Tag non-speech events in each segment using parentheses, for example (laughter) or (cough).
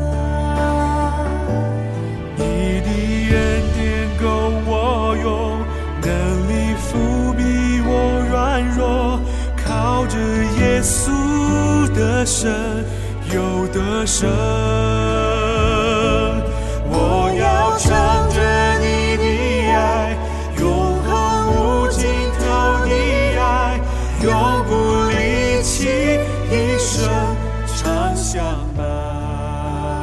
你的恩典够我用，能力伏笔我软弱，靠着耶稣的神有得胜。我要唱着你的爱，永恒无尽头的爱，永不离弃，一生常相伴。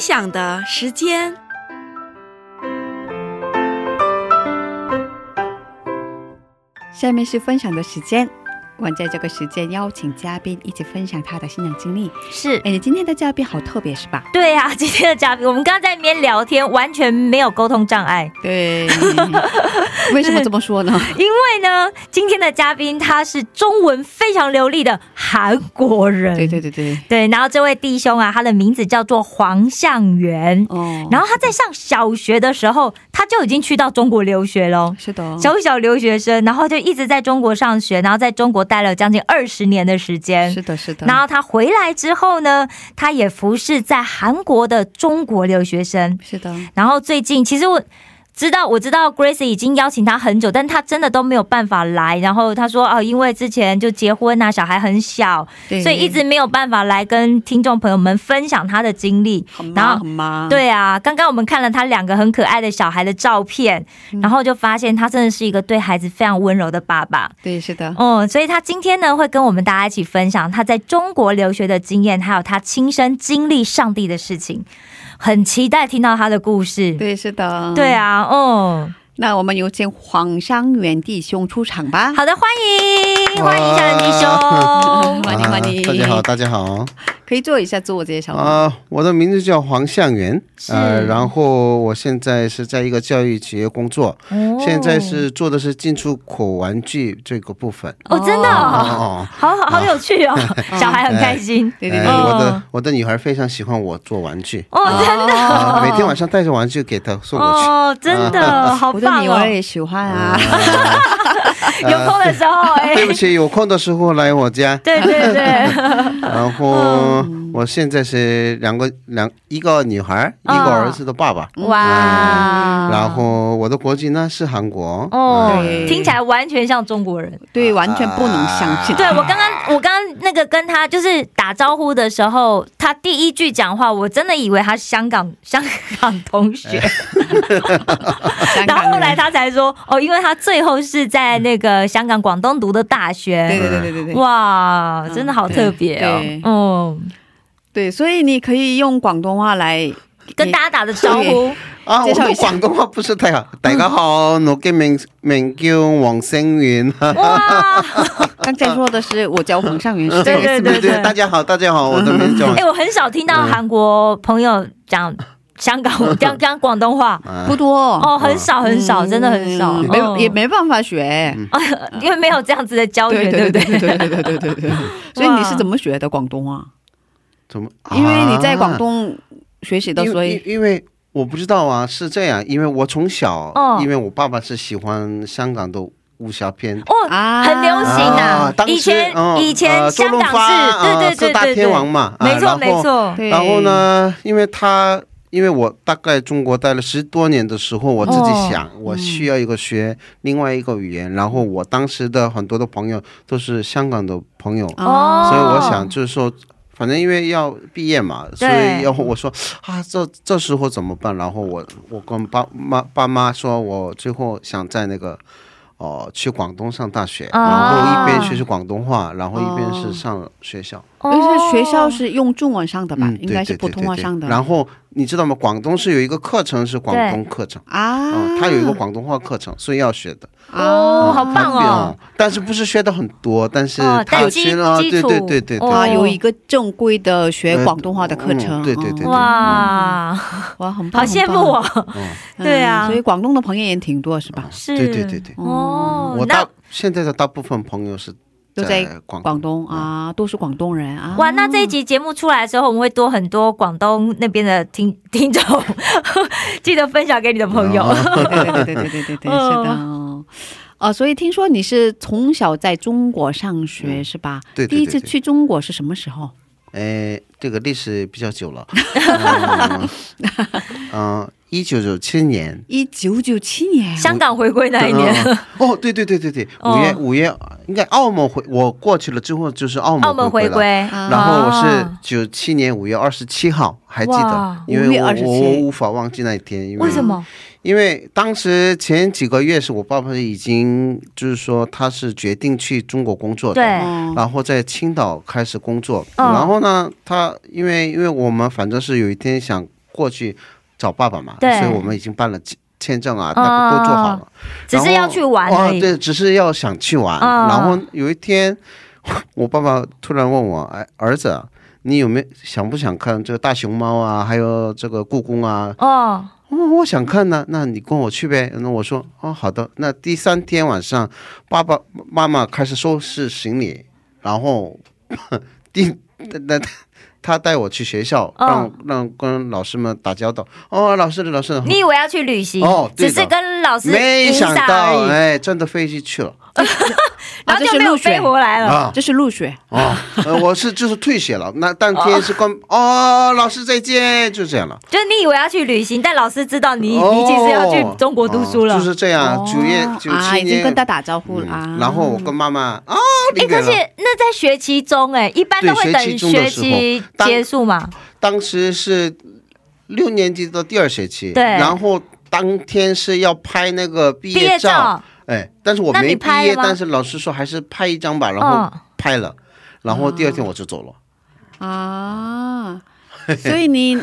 享的时间。下面是分享的时间，我在这个时间邀请嘉宾一起分享他的信仰经历。是。哎，你今天的嘉宾好特别是吧？对啊，今天的嘉宾，我们刚刚在那边聊天，完全没有沟通障碍。对， (laughs) 为什么这么说 (laughs) 呢？因为呢，今天的嘉宾他是中文非常流利的韩国人。对对对对，对，然后这位弟兄啊，他的名字叫做黄向元。哦，然后他在上小学的时候，他就已经去到中国留学喽，是的，小小留学生，然后就一直在中国上学，然后在中国待了将近二十年的时间是。的，是的，然后他回来之后呢，他也服侍在韩国的中国留学生。是的，然后最近其实我。知道我知道，Grace 已经邀请他很久，但他真的都没有办法来。然后他说：“哦，因为之前就结婚啊，小孩很小，对，所以一直没有办法来跟听众朋友们分享他的经历。很然忙后很忙，对啊，刚刚我们看了他两个很可爱的小孩的照片，嗯然后就发现他真的是一个对孩子非常温柔的爸爸。对，是的，哦、所以他今天呢会跟我们大家一起分享他在中国留学的经验，还有他亲身经历上帝的事情。很期待听到他的故事。对，是的，对。啊，哦，那我们有请黄商元弟兄出场吧。好的，欢迎哇欢迎小人弟兄。欢迎欢迎啊大家好，大家好可以做一下自我介绍吗？啊、我的名字叫黄向元，呃，是然后我现在是在一个教育企业工作，哦现在是做的是进出口玩具这个部分。哦，真的、哦，哦，好好好有趣 (laughs) 哦，小孩很开心。对对哎对，哦我的我的女孩非常喜欢我做玩具，哦，嗯真的啊每天晚上带着玩具给她送过去。哦，真的好我的棒女儿哦！也喜欢啊。嗯有空的时候，哎，对不起，有空的时候来我家。对哦对对，然后我现在是两个两一个女孩，一哦个儿子的爸爸。哇！然后我的国籍呢是韩国。哦对，听起来完全像中国人。对，完全不能相信。对我刚刚，我刚刚那个跟他就是打招呼的时候，他第一句讲话，我真的以为他是香港香港同学，香然港后人后来他才说，哦，因为他最后是在那个香港广东读的大对学，对对对对对，哇，真的好特别对哦，嗯，对，所以你可以用广东话来跟大家打的招呼，啊，介我绍一的下广东话不是太好。大家好，我嘅名名叫黄星元。哇，刚才说的是我叫黄尚元，是这对个意 (laughs) 思对吗？对对大家好，大家好，我的名 (laughs) 叫哎、我很少听到嗯韩国朋友讲香 (laughs) 港讲讲广东话，啊不多哦，很少很少，真的很少，嗯没哦也没办法学。因为没有这样子的教学，对对对不对哦对？对对对对对对对。所以你是怎么学的广东话？怎么？啊因为你在广，东学习的，因所为以因为我不知道啊，是这样，因为我从小哦，因为我爸爸是喜欢香港的武侠片。哦，啊很流行啊啊！当时以前哦以前呃周香润港发是，对呃对四对大对天王对，嘛，啊没错然后没错，对然后？呢，因为他，因为我大概中国待了十多年的时候，我自己想，我需要一个学另外一个语言。然后我当时的很多的朋友都是香港的朋友，哦所以我想就是说。反正因为要毕业嘛，所以要我说啊，这这时候怎么办？然后我我跟爸妈爸妈说，我最后想在那个，哦、去广东上大学，然后一边学习广东话，然后一边是上学校。哦而且学校是用中文上的吧嗯，，应该是对对对普通话对对上的。然后你知道吗？广东是有一个课程是广东课程，啊嗯，，它有一个广东话课程，所以要学的。哦，好棒它哦！嗯但是不是学的很多，但是哦但它基学了，基对对础对对对，哦啊，有一个正规的学广东话的课程，嗯对对对哦嗯对哇，哇，很棒好羡慕啊！哦！很棒对嗯啊所以嗯广东的朋友也挺多，是吧？是，对对对对。哦，我那大现在的大部分朋友是都在嗯广广东啊，都是广东人啊。哇，那这一集节目出来的时候，我们会多很多广东那边的听听众， (laughs) 记得分享给你的朋友。哦对对对对对对对，(laughs) 是的。哦，呃所以听说你是从小在中国上学是吧？嗯对对对第一次对去中国是什么时候？哎，这个历史比较久了，嗯嗯，一九九七年一九九七年香港回归那一年，嗯哦，对对对对对，哦五月五月应该澳门回我过去了之后就是澳澳门门回回了。归，啊然后我是啊九七年五月二十七号，还记得哇，因5为月我27我我无法忘记那一天，因为为什？么？因为当时前几个月是我爸爸已经就是说他是决定去中国工作的，对，然后在青岛开始工作，嗯然后呢，他因为因为我们反正是有一天想过去找爸爸嘛，对哦所以我们已经办了签签证啊，那个都做好了，只是然后要去玩而已哦，对，只是要想去玩。嗯然后有一天，我爸爸突然问我：“哎，儿子，你有没有想不想看这个大熊猫啊，还有这个故宫啊？”哦，哦，我想看呢，那你跟我去呗。那我说哦，好的。那第三天晚上，爸爸妈妈开始收拾行李，然后 (coughs) 第那他带我去学校，哦让、让跟老师们打交道。哦，老师老师，你以为要去旅行，哦只对的是跟老师没影想响到而已，哎，真的飞机去了然啊，后这就是没有入飞学，回来了。啊这是入学，哦，呃我是就是退学了。那当天是跟哦老师再见，就这样了。就是你以为要去旅行，但老师知道你、哦你其实要去中国读书了。哦哦就是这样。九月九啊，七已经年跟他打招呼了啊嗯。然后我跟妈妈哦，哎、零点可了。是那在学期中、哎，一般都会对等学期中的学时期候当结束嘛。当时是六年级的第二学期，对然后当天是要拍那个毕毕业业照，哎，但是我那你没毕拍了业，吗但是老师说还是拍一张吧，然后嗯拍了，然后第二天我就走了。哦啊，所以 (laughs) 你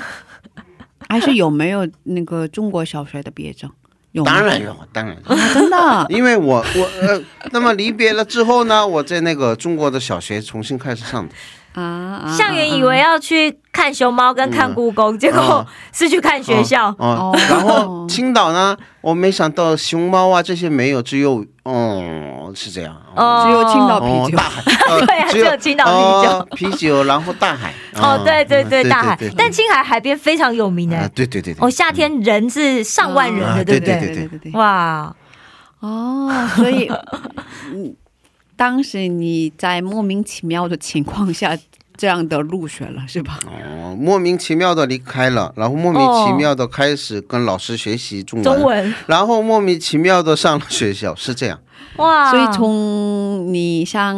还是有没有那个中国小学的毕业证？有吗当然有，当 (laughs) 然有，真 (laughs) 的啊因为我我呃，那么离别了之后呢，我在那个中国的小学重新开始上的，啊啊！向元以为要去看熊猫跟看故宫，结果嗯是去看学校。啊、哦然后青岛呢，我没想到熊猫啊这些没有，只有哦是这样哦。哦只有青岛哦啤酒 (laughs) 大海，呃对啊只有只有青岛啤酒哦啤酒，然后大海。哦，对对对，嗯大海对对，对但青海海边非常有名哎啊，。对对对对，哦，夏天人是上万人的，啊对不对对？对对对。哇，哦，所以嗯，当时你在莫名其妙的情况下这样的入学了是吧？哦，莫名其妙的离开了，然后莫名其妙的开始跟老师学习中文，中文然后莫名其妙的上了学校，是这样。哇！所以从你上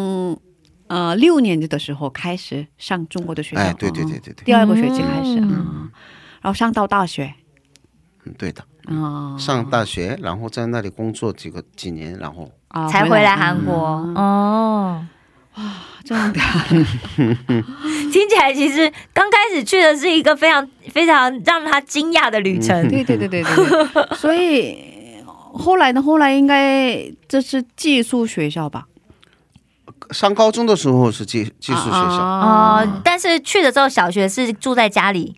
呃六年级的时候开始上中国的学校，哎，对对哦对，对对，第二个学期开嗯始啊、然后上到大学嗯，对的。哦啊上大学，然后在那里工作几个几年，然后啊才回来韩嗯国哦。这 (laughs) 样的听起来其实刚开始去的是一个非常非常让他惊讶的旅嗯程。对对对对对，对所以后来呢？后来应该这是寄宿学校吧？上高中的时候是寄寄宿学校，啊哦，但是去了之后，小学是住在家里，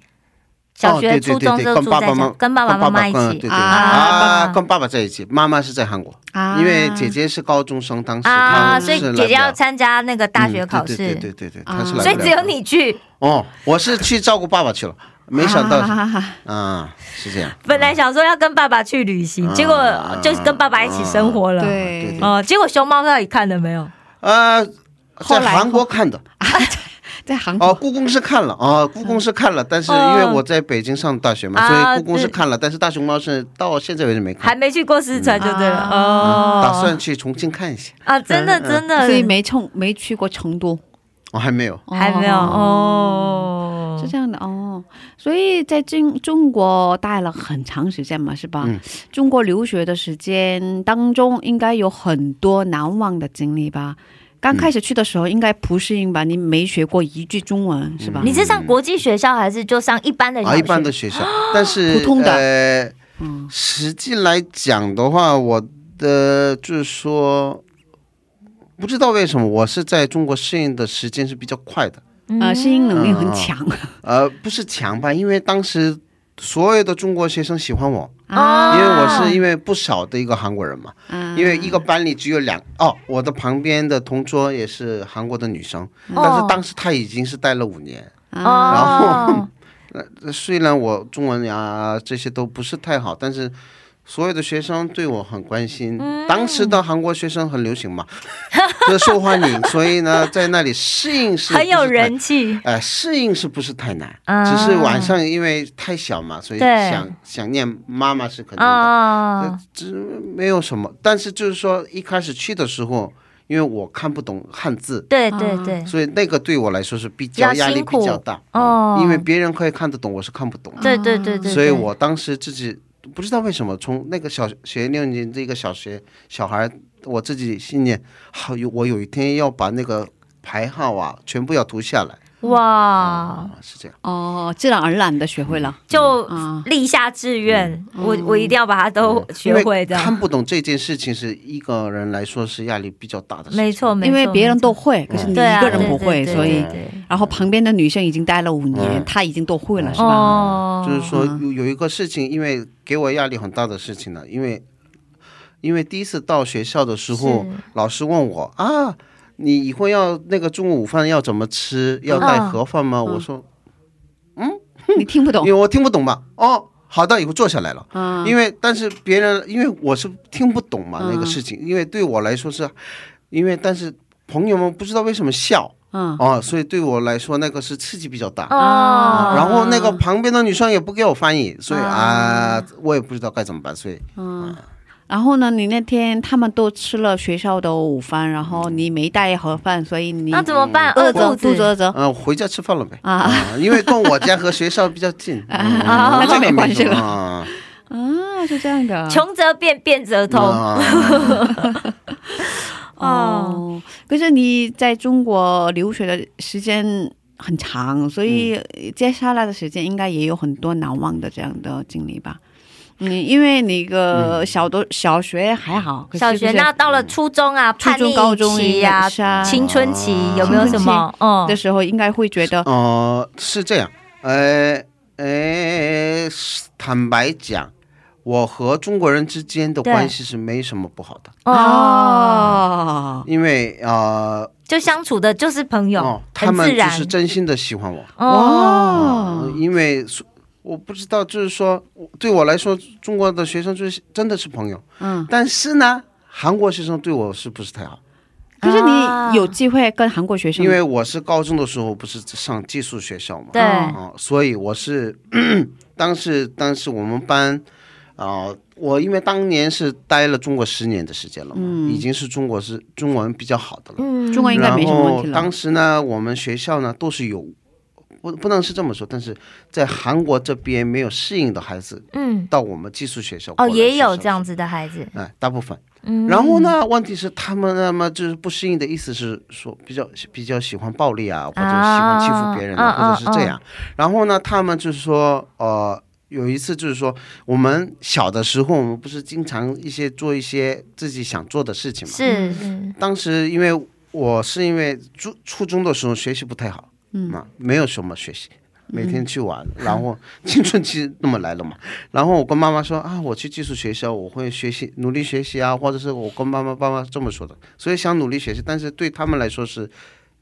小学、哦哦对对初对中对就跟住爸在爸妈家，跟爸爸妈妈一跟起对对啊啊，跟爸爸在一起，妈妈是在韩国，啊因为姐姐是高中生，当时啊，她所以是来姐姐不要了参加那个大学嗯考对试对，对对对对，啊她是来所以不了只有的你去。哦，我是去照顾爸爸去了，没想到啊是这样。本来想说要跟爸爸去旅行，嗯结果就跟爸爸一起生活了。对对对，哦，结果熊猫到底看了没有？呃，后在来韩国看的在韩哦，国故宫是看了啊，故宫是看了，但是因为我在北京上大学嘛，所哦啊以故宫是看了，但是大熊猫是到现在为止没还看，没去过四川就对了。嗯哦，打算去重庆看一下， (laughs) 啊，真的真的，所以没成没去过成都，我还没有。还没有哦哦，是这样的哦。所以在中中国待了很长时间嘛，是吧？嗯中国留学的时间当中，应该有很多难忘的经历吧。刚开始去的时候应该不适应吧？你没学过一句中文是吧？你是上国际学校还是就上一般的小啊，学？一般的学校，但是普通的呃，实际来讲的话，我的呃就是说，不知道为什么，我是在中国适应的时间是比较快的。啊、适应能力很 (laughs) 强、呃，不是强吧，因为当时所有的中国学生喜欢我，因啊为我是因为不少的一个韩国人嘛，啊，因为一个班里只有两哦，我的旁边的同桌也是韩国的女生，但是当时她已经是待了五年，啊哦，呃虽然我中文呀、这些都不是太好，但是。所有的学生对我很关心，嗯当时的韩国学生很流行嘛， (laughs) 就受欢迎，所以呢，在那里适应是很有 (laughs) 不是太人气，呃，适应是不是太难？啊只是晚上因为太小嘛，所以对想想念妈妈是肯定的，啊，没有什么。但是就是说一开始去的时候，因为我看不懂汉字，对对哦对，所以那个对嗯我来说是比较比较压力辛苦比较大啊哦因为别人可以看得懂，我是看不懂的。对对对对，所以我当时自己不知道为什么，从那个小学六年级这个小学小孩，我自己信念，好有我有一天要把那个牌号啊全部要涂下来。嗯啊对哇，是这样。哦，自然而然的学会了。就啊立下志愿，我我一定要把它都学会因为的。看不懂这件事情是一个人来说是压力比较大的事情。没错，没错，因为别人没错都会，可是你一对啊个人不会，对对对所以对对然后旁边的女生已经待了五年，嗯她已经都会了，是吧？哦，就是说有有一个事情，因为给我压力很大的事情呢，因为因为第一次到学校的时候是，老师问我啊，你以后要那个中午午饭要怎么吃？要带嗯盒饭吗？我说， (laughs) 你听不懂啊因为我听不懂嘛。哦，好的，以后坐下来了。因为但是别人，因为我是听不懂嘛、那个事情，因为对我来说是，因为但是朋友们不知道为什么笑，嗯啊，所以对我来说那个是刺激比较大。哦，然后那个旁边的女生也不给我翻译，所以啊，我也不知道该怎么办，所以然后呢，你那天他们都吃了学校的午饭，然后你没带一盒饭，所以你那怎么办？饿饿着肚肚子子饿着嗯、呃回家吃饭了呗。啊，啊，因为跟我家和学校比较近，嗯 (laughs) 啊那就没这个关系什么了 (laughs) 啊嗯啊，是这样的。穷则变，变则通。啊哦，可是你在中国留学的时间很长，所以嗯接下来的时间应该也有很多难忘的这样的经历吧？嗯，因为那个嗯小的、小学还好，可是小学就是那到了初中啊，嗯初叛逆中、高中期呀、呀、是啊，青春期啊有没有 (laughs) 什么？嗯的，时候应该会觉得，哦，是这样，呃，呃，坦白讲，我和中国人之间的对关系是没什么不好的，嗯啊哦，哦，因为啊，就相处的就是朋呃友，哦，他很自们就然。嗯是真心的喜欢我，哦哇，因为说我不知道，就是说我对我来说，中国的学生就是真的是朋友，嗯，但是呢，韩国学生对我是不是太好？可是啊你有机会跟韩国学嗯生，因为我是高中的时候不是上寄宿学校嘛，对嗯啊、所以我是当时当时我们班啊、我因为当年是待了中国十年的时间了嘛，已经是中国是中文比较好的了。嗯中国嗯应该没什么问题了然后当，时呢，我们学校呢都是有，不不能是这么说，但是在韩国这边没有适应的孩子嗯，到我们寄宿学校哦，过来也有学校这样子的孩子，哎，大部分。嗯然后呢，问题是他们那么就是不适应的意思是说比较比较喜欢暴力啊，或者喜欢欺负别人啊，啊或者是这样。然后呢，他们就是说呃。有一次就是说，我们小的时候，我们不是经常一些做一些自己想做的事情嘛。是是嗯当时因为我是因为初初中的时候学习不太好，嗯啊，没有什么学习，嗯每天去玩，然后 (laughs) 青春期那么来了嘛，然后我跟妈妈说啊，我去寄宿学校，我会学习，努力学习啊，或者是我跟妈妈爸妈这么说的，所以想努力学习，但是对他们来说是，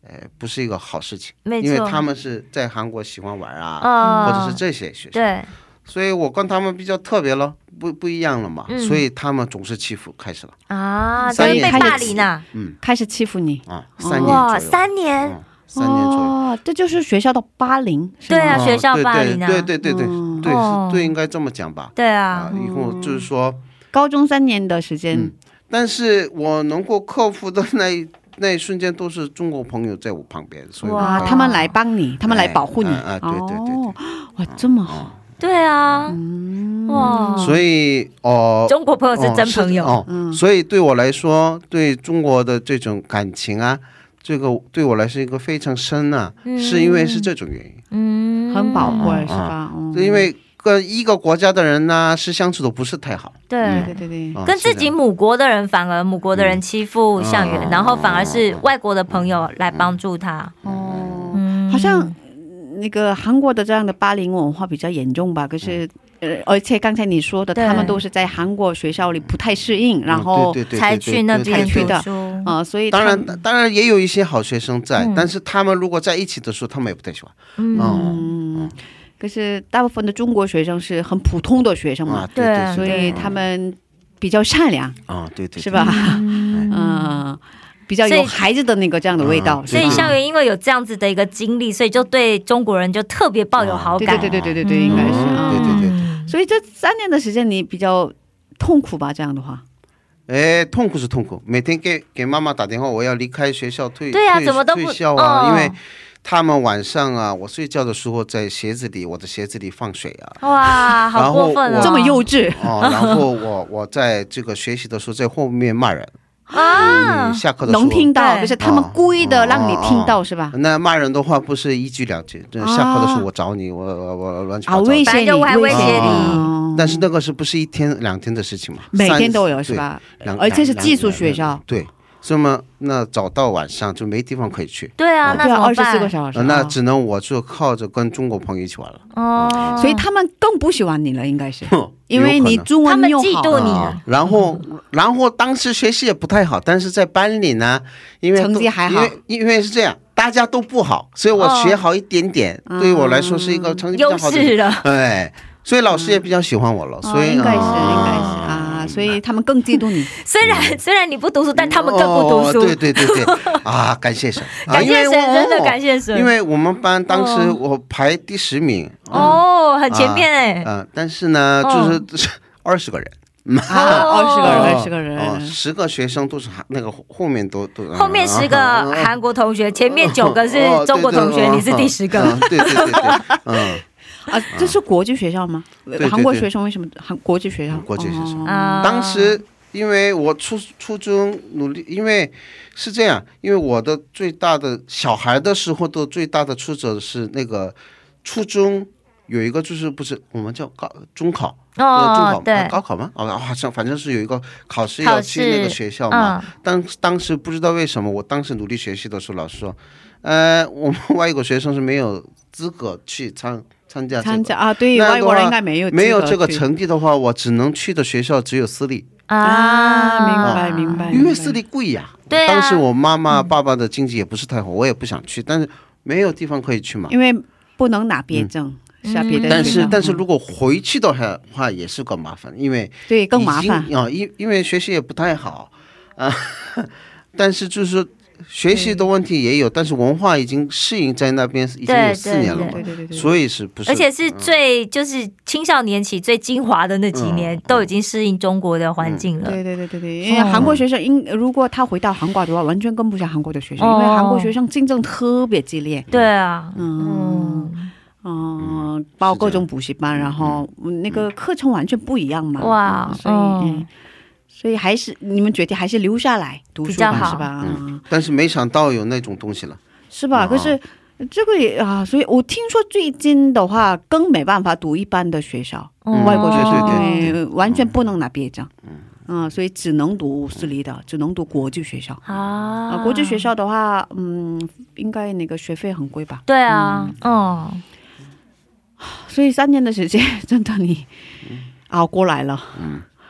呃，不是一个好事情，没错因为他们是在韩国喜欢玩啊，哦，或者是这些学校，对，所以我跟他们比较特别了，不不一样了嘛，嗯所以他们总是欺负开始了嗯啊，就三是被年霸凌啊，开始欺负你，啊，三年左哇，右，三年，嗯三年左右。哦，这就是学校的霸凌，是对吗啊，哦学校霸凌啊，对对对对对嗯对，哦是对，应该这么讲吧。对啊啊，，以后就是说，高中三年的时嗯间，但是我能够克服的那一 (laughs) 那一瞬间，都是中国朋友在我旁边，所以我哇啊，可以他们来帮你，他们来哎保护你，啊啊对对对哦对哦，哇，这么好，对啊，嗯哇，嗯所以哦，中国朋友是真朋友，哦嗯是哦，所以对我来说，对中国的这种感情啊，这个对我来说一个非常深啊，是因为是这种原因。嗯，很宝贵，嗯是吧？嗯，因为跟一个国家的人呢，是相处的不是太好，对。对对对，啊跟是自这己样母国的人，反而母国嗯的人欺负项羽，然后反而是外国的朋友来帮助他。哦，好像嗯那个韩国的这样的霸凌文化比较严重吧？可是，嗯呃，而且刚才你说的，对他们都是在韩国学校里不太适应，然嗯后对对对才对对去那对边对读对的书。啊、所以他当们然，当然也有一些好学生在，嗯但是他们如果在一起的时候，他们也不太喜欢。嗯可是大部分的中国学生是很普通的学生嘛啊，，对对对，所以他们比较善良，啊，对对是 (laughs) 吧？？嗯、比较所有以孩子的那个这样的味道，嗯是所吧以校园因为有这样子的一个经历，所以就对中国人就特别抱有好对哦感。对对对对对对，应对该是嗯啊。对对对对，嗯所以这三年的时间你比较痛苦吧？这样的话，哎，痛苦是痛苦，每天给给妈妈打电话，我要离开学校退对啊退怎么都不退校啊，嗯哦因为他们晚上啊，我睡觉的时候在鞋子里，我的鞋子里放水啊。哇，好过分哦！然后我这么幼稚， (laughs) 哦，然后我我在这个学习的时候在后面骂人，啊，下课的时候能听到，对就是他们故意的让你听哦到，是吧？那骂人的话不是一句两句，这啊下课的时候我找你，我我我乱七啊，八糟。威胁反你，正我还威胁你哦但是那个是不是一天两天的事情嘛？嗯每天都有三是？吧？对两而且是两寄宿两学校对，所以嘛，那早到晚上就没地方可以去，对啊，那对怎啊，么二十四个办？小时呃啊，那只能我就靠着跟中国朋友一起玩了。哦，所以他们更不喜欢你了，应该是哼 (laughs) 因为你哦有可能中他们文又嫉好妒了，你啊，然后，然后当时学习也不太好，但是在班里呢，因为成绩都还因为因为是这样，大家都不好，所以我哦学好一点点，嗯对于我来说是一个成绩比较优好的。势了。哎，所以老师也比较喜欢我了，所哦以应该是应该是啊啊，所以他们更嫉妒你。虽然虽然你不读书，但他们更不读哦书。对对对对，啊，感谢神， (laughs) 啊感谢神因为我真的感谢神因为我们班当时哦我排第十名，哦，很前面哎、哦嗯、但是呢，就是二十、20个人，啊，二十个人，哦二十个哦人，十、个学生都是韩那个后后面都啊哦都后面十个韩国同学，前面九个是中国同学，你是第十个。嗯对对对对，嗯，啊，这是国际学校吗对对？韩国对学生为什么韩国际学校？国际学校哦啊嗯当时因为我初初中努力，因为是这样，因为我的最大的小孩的时候的最大的挫折是那个初中有一个就是不是我们叫高中考。呃中哦，考呃对，高考吗？哦，好像反正是有一个考试考要去那个试学校嘛。嗯，当当时不知道为什么，我当时努力学习的时候，老师说，呃，我们外国学生是没有资格去参参加这个参加啊，对那样外的国人话应该没有没有这个资格去成绩的话，我只能去的学校只有私立。啊，明白明白，哦因为明白私立贵呀、哎对啊当时我妈妈、爸爸的经济也不是太好，我也不想去，但是没有地方可以去嘛。因为不能拿别证，下别的学校。但是，但是嗯如果回去的话，话也是个麻烦，因为对更已麻经烦，啊，因因为学习也不太好啊。 (laughs) 但是就是说学习的问题也有，但是文化已经适应在那边已经对有四年了对嘛，对对对所以是不是？而且是最就是青少年期最精华的那几年，都已经适应中国的环境了。嗯对对对对对，嗯因为韩国学生应如果他回到韩国的话，完全跟不上韩国的学生，因为哦韩国学生竞争特别激烈。对啊，嗯嗯，嗯，包括各种补习班，然后嗯那个课程完全不一样嘛。哇嗯所以嗯嗯所以还是你们决定还是留下来读比书较吧，好是吧？嗯，但是没想到有那种东西了。是吧？哦可是这个也啊，所以我听说最近的话，更没办法读一般的学校，哦嗯外国学校对对对因为完全不能拿毕业证。嗯，所以只能读私立的，只能读国际学校。啊、啊，国际学校的话，嗯，应该那个学费很贵吧？对啊，嗯，所以三年的时间，真的你嗯熬过来了。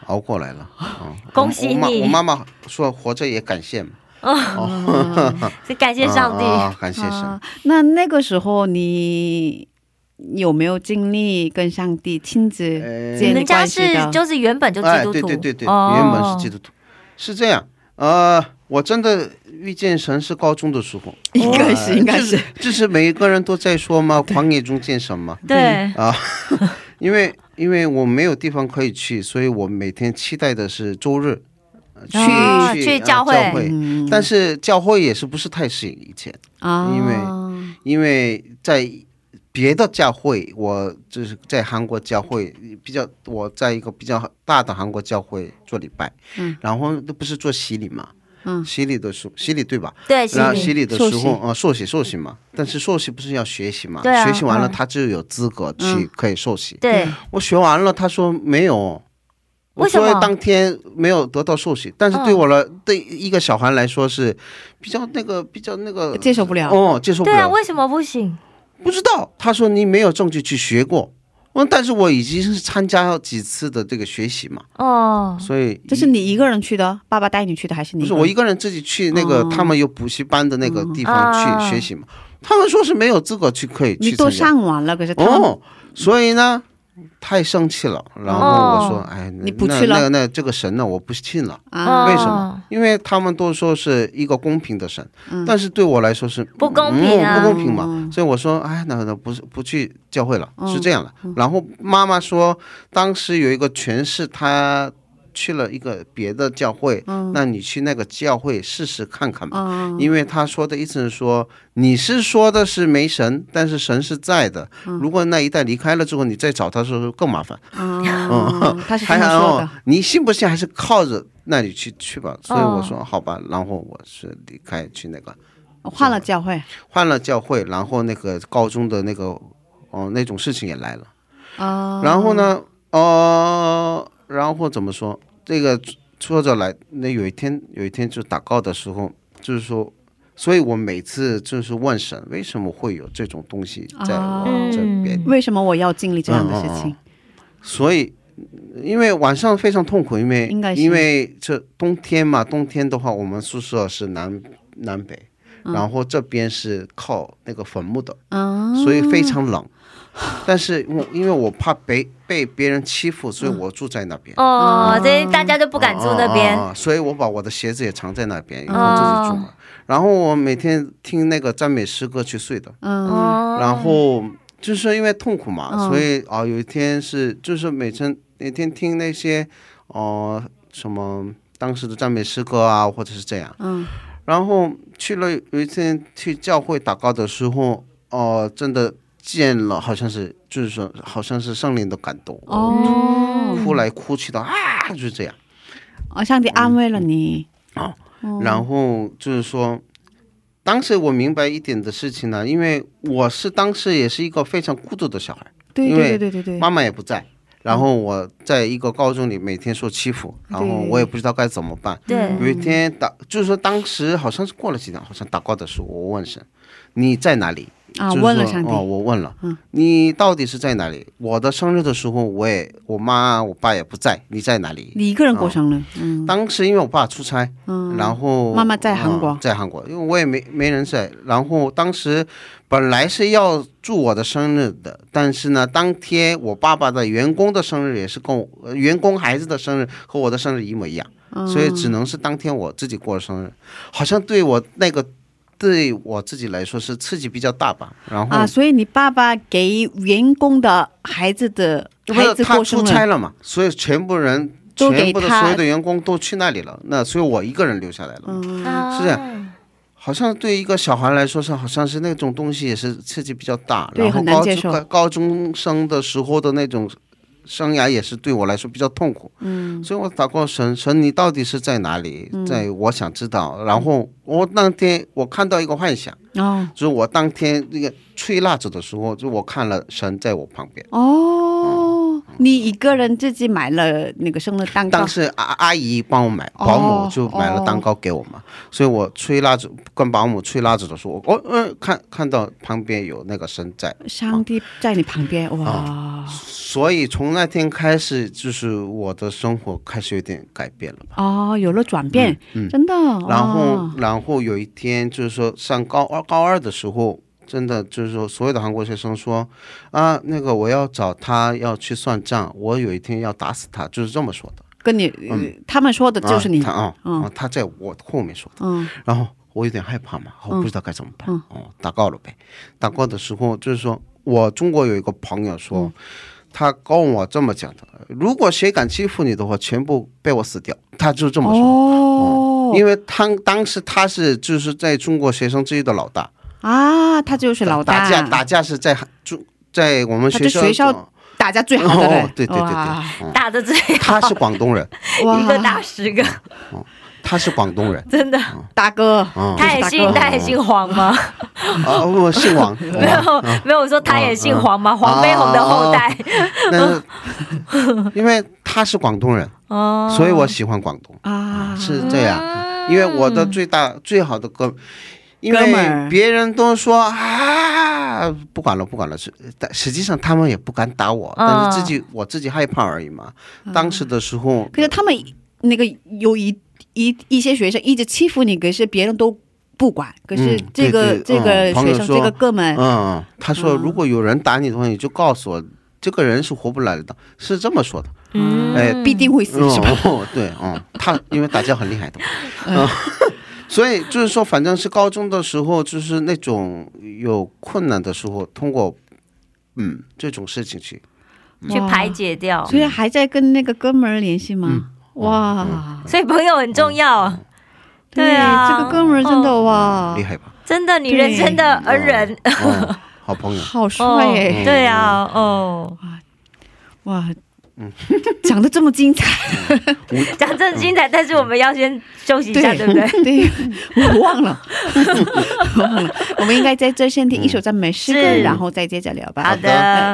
熬过来了，嗯恭喜啊我妈你我妈妈说活着也感谢嘛，是感谢上帝。哦啊啊感谢神。啊那那个时候你有没有经历跟上帝亲自呃建立人家关系是的？就是原本就基哎，督对徒，对对对，哦原本是基督徒，是这样。呃，我真的遇见神是高中的时候，应该是呃应该这是是这是每一个人都在说嘛，狂野中见神嘛，嗯对，啊因为因为我没有地方可以去，所以我每天期待的是周日。呃去哦去去呃教教会嗯但是教会也是不是太适应以前，啊，因为因为在别的教会，我就是在韩国教会比较，我在一个比较大的韩国教会做礼拜，嗯，然后那不是做洗礼嘛，嗯洗礼的时候，洗礼对吧？对，心然后里洗礼的受时洗候，呃，受洗受洗嘛，但是受洗不是要学习嘛？对啊学习完了，嗯他就有资格去嗯可以受洗。对，我学完了，他说没有，为什么嗯我说当天没有得到受洗，但是对我来，对一个小孩来说是比较那个，比较那个接受不了。哦，接受不对啊，了。为什么不行？不知道，他说你没有证据去学过。嗯，但是我已经是参加了几次的这个学习嘛，哦，所以这是你一个人去的，爸爸带你去的，还是你不一是个人？我一个人自己去那个、哦他们有补习班的那个地方啊去学习嘛，他们说是没有资格去可以你去都参加。上完了，可是他们哦，所以呢，太生气了，然后我说，哦哎，那你不去了那那那这个神呢，我不信了。啊，为什哦么？因为他们都说是一个公平的神，但是对我来说是嗯不公平啊嗯不公平嘛。所以我说，哎，那那不是不去教会了，嗯是这样的。然后妈妈说，当时有一个权势，他去了一个别的教会，嗯那你去那个教会试试看看吧。因为他说的意思是说，你是说的是没神，但是神是在的。嗯如果那一代离开了之后，你再找他的时候更麻烦。嗯他是这还么有说的。哦你信不信还是靠着那你去去吧。所以我说好吧，然后我是离开去那个换了教会换了教会，然后那个高中的那个哦、那种事情也来了。啊、然后呢，呃，然后怎么说？这个作者来，那有一天有一天就祷告的时候，就是说，所以我每次就是问神，为什么会有这种东西在我哦这边？为什么我要经历这样的事情？所以，因为晚上非常痛苦，因为应该是因为这冬天嘛，冬天的话，我们宿舍是南嗯南北，然后这边是靠那个坟墓的，啊嗯，所以非常冷。但是我因为我怕被被别人欺负，所以我住在那边。哦，嗯这大家都不敢住那边哦啊啊啊所以我把我的鞋子也藏在那边，因为我自己住嘛。然后我每天听那个赞美诗歌去睡的，嗯然后就是因为痛苦嘛，所以啊、有一天是就是每天每天听那些哦、呃什么当时的赞美诗歌啊，或者是这样，嗯，然后去了有一天去教会祷告的时候，哦、真的见了，好像是就是说好像是圣灵的感动，哦，哭来哭去的啊，就是这样。哦，上帝安慰了你，哦然后就是说，当时我明白一点的事情呢，因为我是当时也是一个非常孤独的小孩，对嗯因对为对对对对，妈妈也不在，然后我在一个高中里每天受欺负，嗯然后我也不知道该怎么办。对有一天打，就是说当时好像是过了几天，好像祷告的时候，我问神：“你在哪里？”啊就是说问了上帝嗯哦，我问了，你到底是在哪里？我的生日的时候，我也我妈我爸也不在，你在哪里？你一个人过生日，嗯当时因为我爸出差，嗯，然后妈妈在韩国嗯在韩国，因为我也没没人在。然后当时本来是要祝我的生日的，但是呢，当天我爸爸的员工的生日也是跟我、呃员工孩子的生日和我的生日一模一样，嗯所以只能是当天我自己过生日，好像对我那个对我自己来说是刺激比较大吧。然后、啊，所以你爸爸给员工的孩子的不孩是子他过出生日，差了嘛，所以全部人。都给全部的他所有的员工都去那里了，那所以我一个人留下来了。嗯啊是这好像对一个小孩来说是，好像是那种东西也是刺激比较大，对然后很难高接中受高高中生的时候的那种生涯也是对我来说比较痛苦，嗯，所以我祷告神，神你到底是在哪里？嗯在我想知道。然后我那天我看到一个幻想，哦就是我当天那个吹蜡烛的时候，就我看了神在我旁边，哦，你一个人自己买了那个生日蛋糕当，时阿阿姨帮我买，保哦姆就买了蛋糕给我嘛，所以我吹蜡烛跟保姆吹蜡烛的时候，我哦嗯看看到旁边有那个神在。上帝在你旁边，哇，所以从那天开始，就是我的生活开始有点改变了。哦，有了转变，真的。嗯然后，哦然后有一天就是说上高二高二的时候，真的就是说所有的韩国学生说啊，那个我要找他要去算账，我有一天要打死他，就是这么说的。跟你、他们说的就是你，嗯啊他啊、嗯啊他在我后面说的。嗯，然后我有点害怕嘛，我不知道该怎么办，哦，祷告了呗。祷告的时候就是说，我中国有一个朋友说，嗯他跟我这么讲的：如果谁敢欺负你的话，全部被我死掉。他就这么说，哦，因为他当时他是就是在中国学生之一的老大，啊，他就是老打大，架打架是在中在我们他学就校学校打架最好的人，哦，对对对哇对，嗯打的最他啊是广东 (laughs) 人，哇一个大十个，嗯他是广东人真的。大哥，嗯他也大姓哥他也姓黄吗？啊，我 (laughs) 姓王，哦没有嗯没有，我说他也姓黄吗？黄飞鸿啊的后代那因为他是广东人，哦，所以我喜欢广东，啊，是这样。因为我的最大最好的哥，因哥们儿为别人都说啊，不管了不管了，实但实际上他们也不敢打我，啊但是自己我自己害怕而已嘛。当时的时候，可是他们那个有一一一些学生一直欺负你，可是别人都不管，可是嗯这个、对对这个嗯朋学友生、说这个哥们、嗯，他啊说如果有人打你的话，你就告诉我，这个人是活不来的，是这么说的。嗯哎必定会死，是吧？哦，对，嗯，他因为打架很厉害的， (laughs) 嗯，所以就是说，反正是高中的时候，就是那种有困难的时候，通过嗯这种事情去，嗯嗯去排解掉，哦所以还在跟那个哥们儿联系吗？嗯哇， (laughs) 所以朋友很重要。对啊这个哥们儿真的、哇嗯厉，害吧？哦真的，女人真的而人嗯，好朋友，好帅哦，哎、对啊，哦，哇，嗯讲的这么精彩，讲正精彩，但是我们要先休息一下，对不对？ (laughs) 对，我忘了， (laughs) 我忘了，我们应该在这先听一首赞美诗歌，嗯是然后再接着聊吧。好呃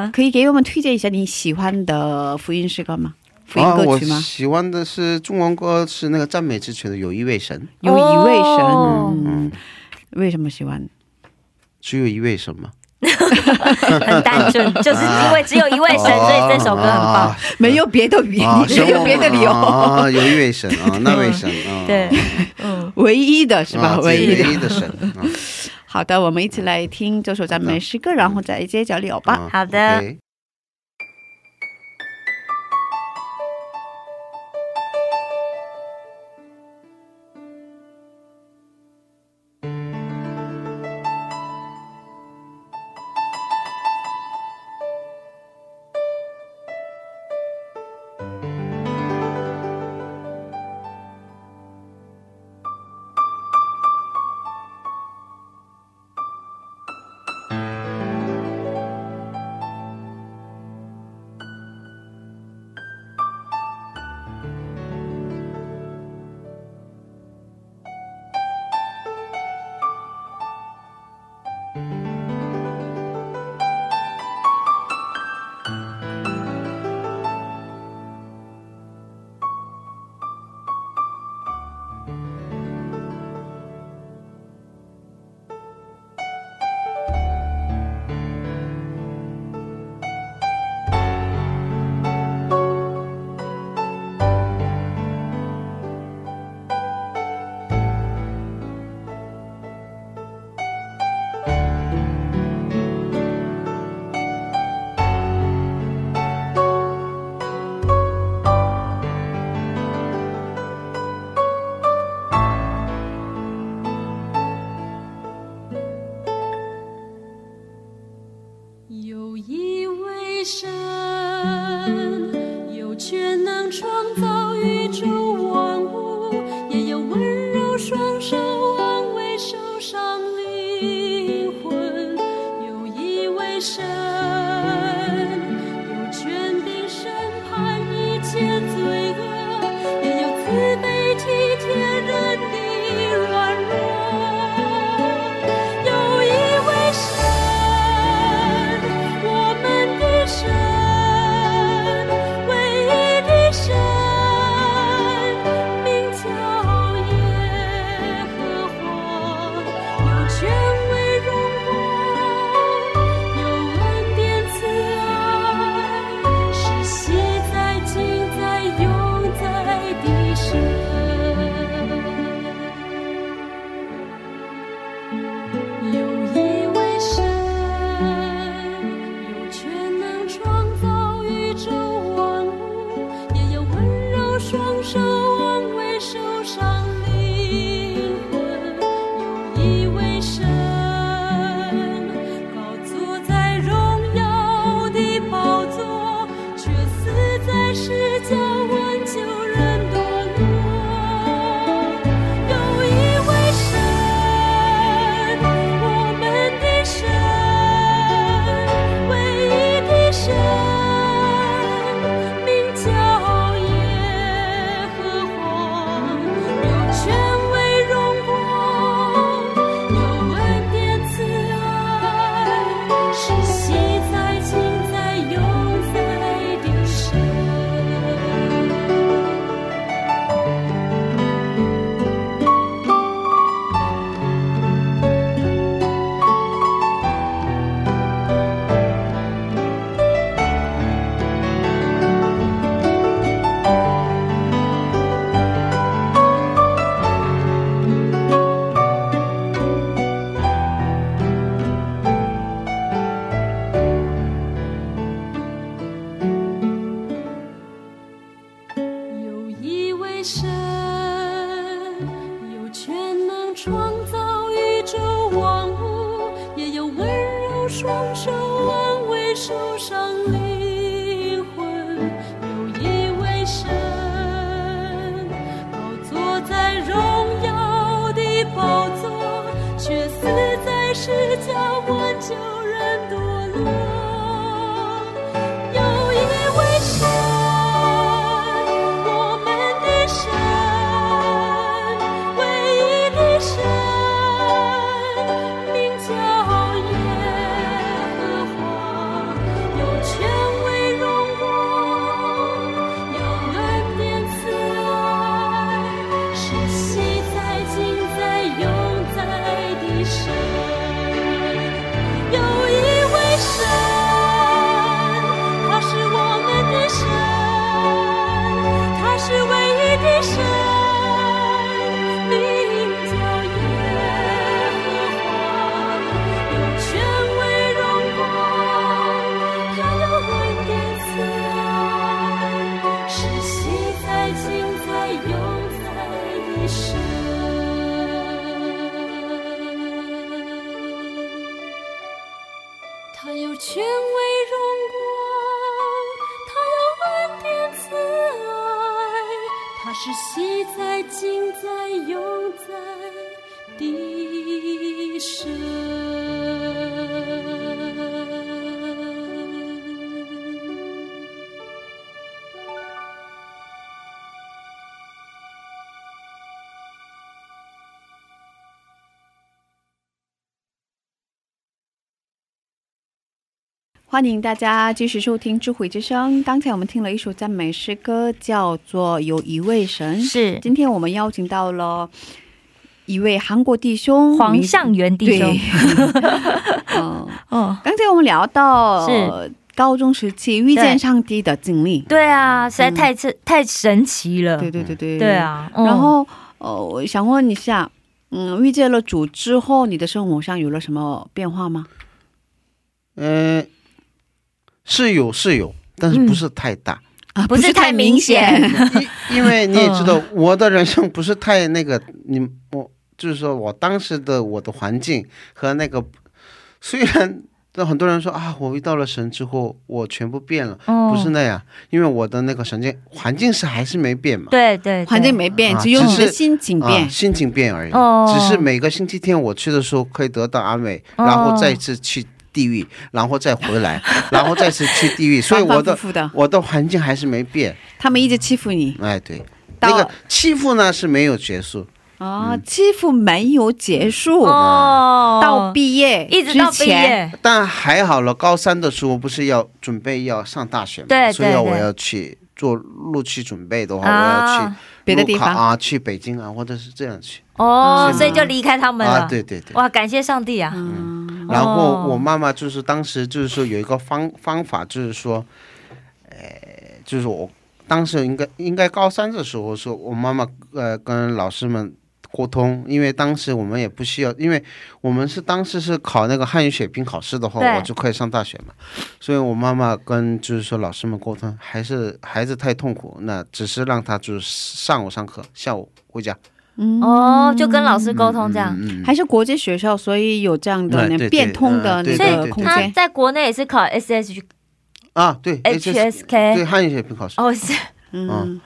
的，可以给我们推荐一下你喜欢的福音诗歌吗？ (laughs) 福音啊，歌我曲吗？喜欢的是中文歌，是那个赞美之泉的《有一位神》，有一位神、哦嗯，为什么喜欢？只有一位神吗？很单纯，就是因为只有哎一位神，所以这首歌很棒 (laughs) 啊。没有别的理， (laughs) 啊，没有别的理由，啊，啊有一位神啊，那位 (laughs) 神啊，对，嗯唯一的是吧？啊唯一的。唯一的神 (laughs) 啊好的，我们一起来听这首赞美诗歌，然后再接着聊吧。啊好的 OK 有一位神，有全能创造宇宙万物，也有温柔双手安慰受伤灵魂。有一位神，有权柄审判一切罪恶，也有慈悲体贴人的软弱。有一位神。我们的神，唯一的神，名叫耶和华，有权威荣光，有恩典慈爱，是昔在、今在、永在的神。有一位神，有全能创造宇宙万物，也有温柔双手安慰受伤灵魂。有一位神，高坐在荣耀的宝座，却死在世角温救人堕落。有一位神。我们的神，唯一的神，名叫耶和华，有权威荣光，有恩典慈爱，是昔在、今在、永在的神。有一位神，有全能创造宇宙万物，也有温柔双手安慰受伤灵魂。有一位神，高坐在荣耀的宝座，却死在世角挽救人堕落。有一位神。他有权威荣光，他有恩典慈爱，他是昔在、今在、永在的神。欢迎大家继续收听《智慧之声》。刚才我们听了一首赞美诗歌，叫做《有一位神》。是今天我们邀请到了一位韩国弟兄黄向元弟兄。 (laughs) 嗯，哦，刚才我们聊到是呃高中时期遇见上帝的经历。对啊，实在太神、太神奇了。对对对对对。啊，嗯然后呃，我想问一下，嗯，遇见了主之后，你的生活上有了什么变化吗？嗯、是有是有，但是不是太大，啊，不是太明显。 (laughs) 因因为你也知道，我的人生不是太那个，你我就是说我当时的我的环境和那个，虽然很多人说啊，我遇到了神之后，我全部变了，哦不是那样，因为我的那个神经环境是还是没变嘛。对对对环境没变，啊只有你只的是心情啊，变。心情变而已、哦只是每个星期天我去的时候可以得到安慰，哦然后再次去地狱，然后再 (laughs) 回来，然后再次去地狱，所以反反我的复复的我的环境还是没变。他们一直欺负你哎，对，到那个欺负呢是没有结束，啊，嗯欺负没有结束，哦，到毕业一直到之毕前，业，但还好了。高三的时候不是要准备要上大学嘛，对所以对我对要去做录取准备的话，哦我要去啊别的路地考方啊，去北京啊，或者是这样去哦，是所以就离开他们了。啊，对对对。哇，感谢上帝啊！嗯，然哦后我妈妈就是当时就是说有一个方方法，就是说，呃，就是我当时应该应该高三的时候说，我妈妈呃跟老师们沟通，因为当时我们也不需要，因为我们是当时是考那个汉语水平考试的话，对我就可以上大学嘛，所以我妈妈跟就是说老师们沟通，还是孩子太痛苦，那只是让他就是上午上课，下午回家，哦，就跟老师沟通这样。嗯，嗯还是国际学校，所以有这样的哎对对变通的那嗯对对个对空他间。在国内也是考 S H 啊，对哎 H HSK S K 对汉语水平考试。哦，是嗯，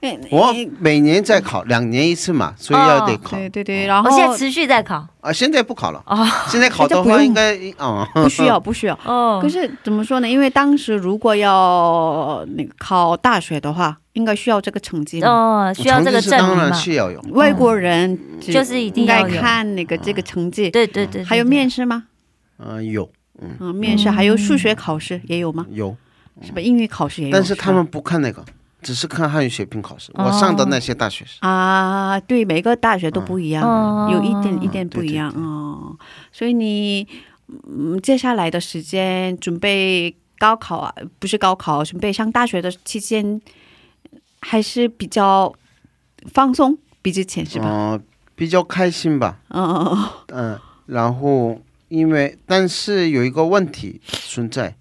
哎啊哦我每年在考，两年一次嘛，所以要得考。对对对，然后我哦现在持续在考啊，现在不考了， (laughs) 哦现在考的现在不话用应该啊， (laughs) 不需要不需要。哦，可是怎么说呢？因为当时如果要那个考大学的话，应该需要这个成绩嘛。哦需要这个成绩是证明当然嘛？是要有。外国人只就是一定应要该有。看那个这个成绩，对对对对，还有对面试吗？嗯，有嗯，面试还有数学考试也有吗？有，是吧？英语考试也有，但是他吧哦们不看那个，只是看汉语水平考试。我上的那些大学是，啊，对，每个大学都不一样，啊嗯有一点一嗯点不对一对样对哦。所以你嗯，接下来的时间准备高考啊，不是高考，准备上大学的期间，还是比较放松，比之前是吧？嗯，比较开心吧，嗯嗯嗯，嗯，然后因为但是有一个问题存在，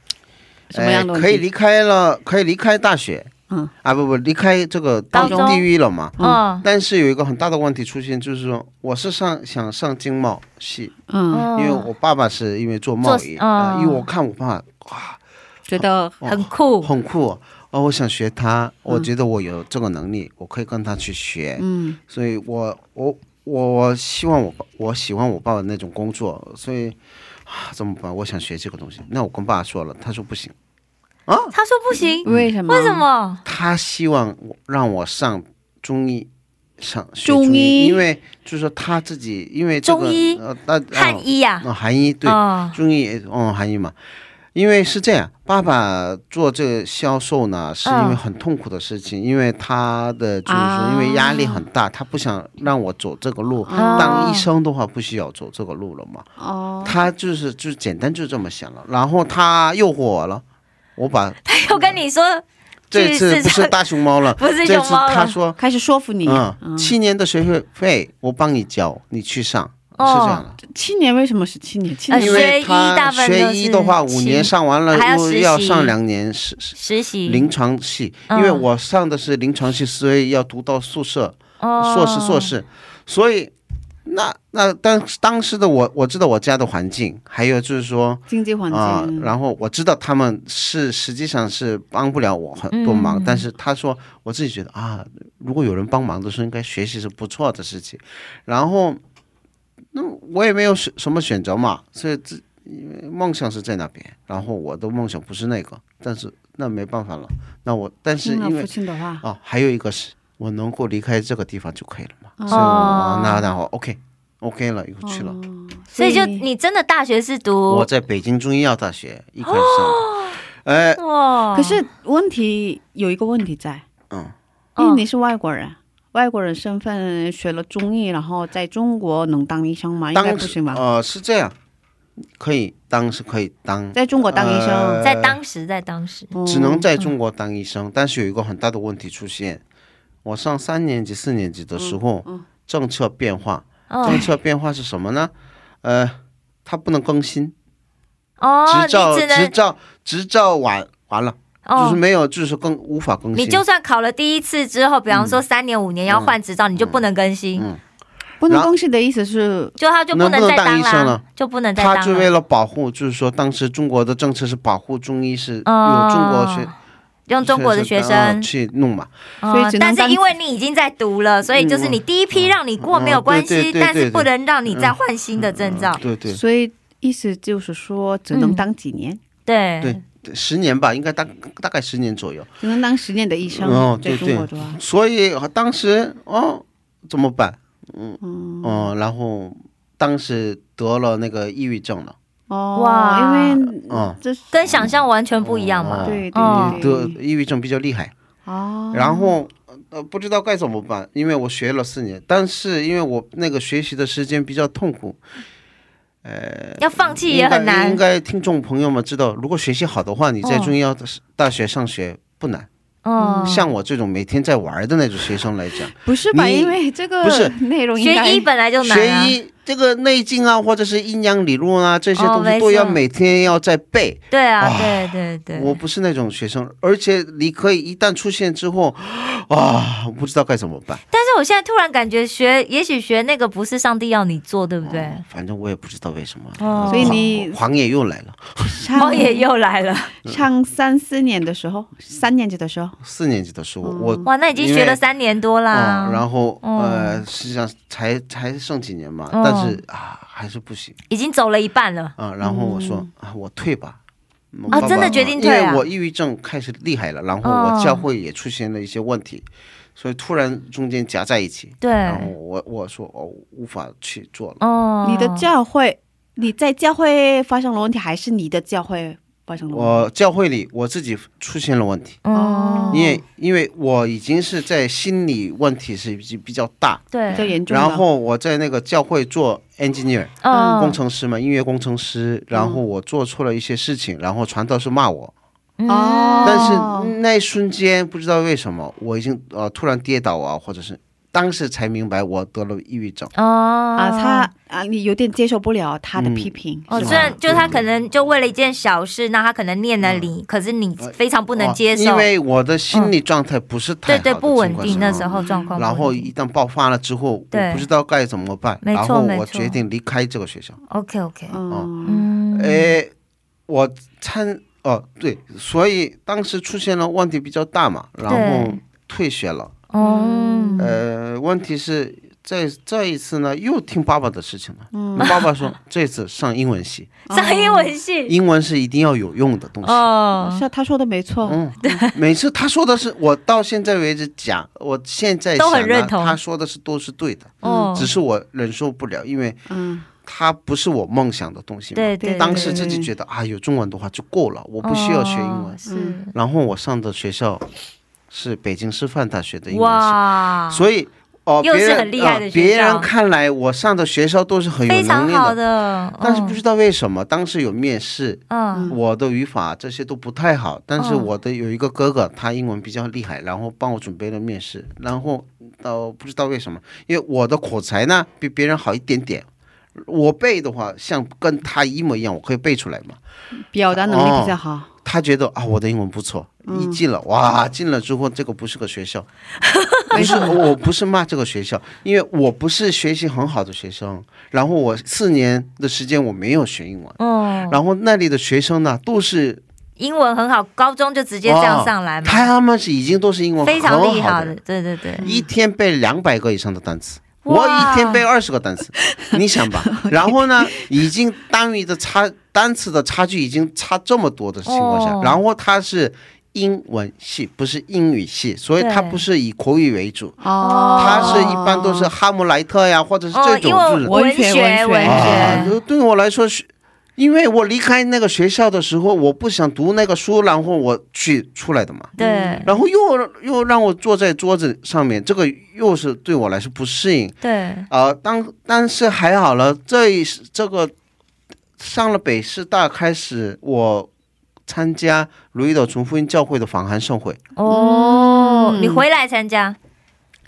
什么样的呃问可以题？离开了，可以离开大学，嗯啊不不，离开这个高中地狱了嘛，哦但是有一个很大的问题出现，就是说我是上想上经贸系，嗯，哦，因为我爸爸是因为做贸易做啊、嗯因为我看我爸觉哦得很酷很酷哦，我想学他，嗯我觉得我有这个能力，我可以跟他去学，嗯所以我我我我希望我爸我喜欢我爸爸那种工作，所以啊怎么办？我想学这个东西，那我跟爸爸说了，他说不行，他说不行，嗯为什么？为什？么？他希望我让我上中医。上学中中医因为就是说他自己，因为、这个、中医呃，那汉医呀啊、、韩医对，哦中医也哦，韩医嘛。因为是这样，爸爸做这个销售呢，是哦因为很痛苦的事情，因为他的就是啊说，因为压力很大，他不想让我走这个路。哦当医生的话，不需要走这个路了嘛。哦，他就是就简单就这么想了，然后他诱惑我了，我把他又哎跟你说这去次市不是场大熊猫了， (laughs) 不是这熊次猫了他说，开始说服你。嗯，七年的学费费我帮你交，你去上，是这哦样的。七年为什么是七年？七呃年因学为医他大部分都学是医的话，七五年上完了还要又实要习上两年是是实习临床系，嗯因为我上的是临床系，所以要读到宿舍哦硕士硕士，所以那那当当时的我，我知道我家的环境，还有就是说经济环境，啊、然后我知道他们是实际上是帮不了我很多忙，嗯但是他说我自己觉得啊，如果有人帮忙的时候，应该学习是不错的事情。然后，那我也没有什什么选择嘛，所以这因为梦想是在那边，然后我的梦想不是那个，但是那没办法了，那我但是听了因为父亲的话，啊，还有一个是我能够离开这个地方就可以了嘛，所以我哦那然后 OK OK 了，又去了。哦所以就你真的大学是我读在北京中医药大学一开始上的，哎，哇，可是问题有一个问题在，嗯，因为嗯你是外国人。外国人身份学了中医，然后在中国能当医生啊吗？应该当不时行吧？呃是这样，可以当时可以当，在中国当医生，呃哦在当时在当时嗯只能在中国当医生，但是有一个很大的问题出现，我上三年级、四年级的时候，政策变化，嗯哦政策变化是什么呢？呃，它不能更新，哦，执照你只执能照执照完完了，就是哦。没有，就是更无法更新。你就算考了第一次之后，比方嗯说三年五年要换执照，你就不能更新，不能然后公示的意思是，就他就能不能再当当医生啦了，就不能再当他了。是为了保护，就是说当时中国的政策是保护中医是哦有中国学用中国的学呃生，去弄嘛，哦所以只能但当是因为你已经在读了，所以就是你第一批让你过嗯没有关对系，对对但是对嗯不能让你再换新的证照。对对所以意思就是说只嗯能当几年，对对，对，十年吧，应该大大概十年左右。只能当十年的医生，哦在对中国的话，所以呃当时哦怎么办？嗯哦、然后当时得了那个抑郁症了，哦，哇因为嗯这是跟想象完全不一样啊嘛。对对哦对得对，抑郁症比较厉害。哦，然后呃不知道该怎么办，因为我学了四年，但是因为我那个学习的时间比较痛苦，要放弃也应该很难应。该听众朋友们知道，如果学习好的话，你在哦中医药大学上学不难。嗯，像我这种每天在玩的那种学生来讲，不是吧？你因为这个不是 (laughs) 内容应该学医本来就难啊学。医这个内经啊，或者是阴阳理论啊，这些哦东没西都要错每天要在背。对啊，哇对对对。哦我不是那种学生，而且你可以一旦出现之后，啊，不知道该怎么办。但是我现在突然感觉学，也许学那个不是上帝要你做，对不对？反正我也不知道为什么，哦所以你黄黄爷又来了。猫上也又来了，嗯上三四年的时候，三年级的时候，四年级的时候，我嗯哇，那已经因学为了三年多啦。嗯，然后、嗯呃，实际上才才剩几年嘛，嗯但是啊，还是不行已经走了一半了。啊。然后我说、啊，我退吧。嗯啊爸爸真的决定退啊因为我抑郁症开始厉害了，然后哦我教会也出现了一些问题，所以突然中间夹在一起，对然，后我我说我无法去做了。哦，你的教会，你在教会发生了问题，还是你的教会发生了问题？我教会里我自己出现了问题，哦，因为因为我已经是在心理问题是比比较大，比较对，严重吧。然后我在那个教会做 engineer，嗯工程师嘛，音乐工程师，然后我做错了一些事情，然后传道是骂我，哦，但是那一瞬间不知道为什么，我已经呃突然跌倒啊，或者是当时才明白我得了抑郁症，哦啊，他啊，你有点接受不了他的批嗯评，哦，是吧虽然就他可能就为了一件小事，那他可能念了你，可是你非常不能接受，嗯哦嗯因为我的心理状态不是对太好的对不稳定，情况那下时候状况不然稳定。后一旦爆发了之后，对我不知道该怎么办，没错然后没我错决定离开这个学校。 OK OK，嗯，嗯，诶，我参哦对，所以当时出现了问题比较大嘛，然后对退学了。哦，呃，问题是这这一次呢，又听爸爸的事情了。嗯爸爸说这次上英 (laughs) 文系，哦上英文系，英文是一定要有用的东西。哦，是啊他说的没错，嗯，每次他说的是，我到现在为止讲，我现在都想很呢认同他说的是都是对的，哦，只是我忍受不了，因为嗯，他不是我梦想的东西嘛。对对，当时自己觉得啊，有中文的话就够了，我我不需要学英文。哦是然后我上的学校是北京师范大学的英文系。哇，所以哦，啊又是别人很厉害的啊学校别人看来我上的学校都是很有非常能力好的，的，但是不知道为什么当时有面试，嗯我的语法这些都不太好。但是嗯我的有一个哥哥，他英文比较厉害，然后帮我准备了面试，然后呃不知道为什么，因为我的口才呢比别人好一点点。我背的话，像跟他一模一样，我可以背出来嘛。表达能力比较好。他觉得啊，我的英文不错，嗯一进了哇，进了之后这个不是个 (laughs) 学校，不是我不是骂这个学校，因为我不是学习很好的学生，然后我四年的时间我没有学英文，哦，然后那里的学生呢都是英文很好，高中就直接这样上来哦嘛，他们是已经都是英文非常厉很好害的人，对对对，一天背两百个以上的单词。我哇一天背二十个单 (laughs) 词，你想吧。然后呢，已经单位的差单词的差距已经差这么多的情况下，哦然后他是英文系，不是英语系，所以他对不是以口语为主，哦，他是一般都是哈姆莱特呀，或者是哦，嗯这因种就是为文文学学文文学啊学，，对我来说是，因为我离开那个学校的时候，我不想读那个书，然后我去出来的嘛。对然后又又让我坐在桌子上面，这个又是对我来说不适应。对，呃，当但是还好了，这一这个上了北师大开始，我参加鲁伊德纯福音教会的访韩盛会，哦，嗯你回来参加，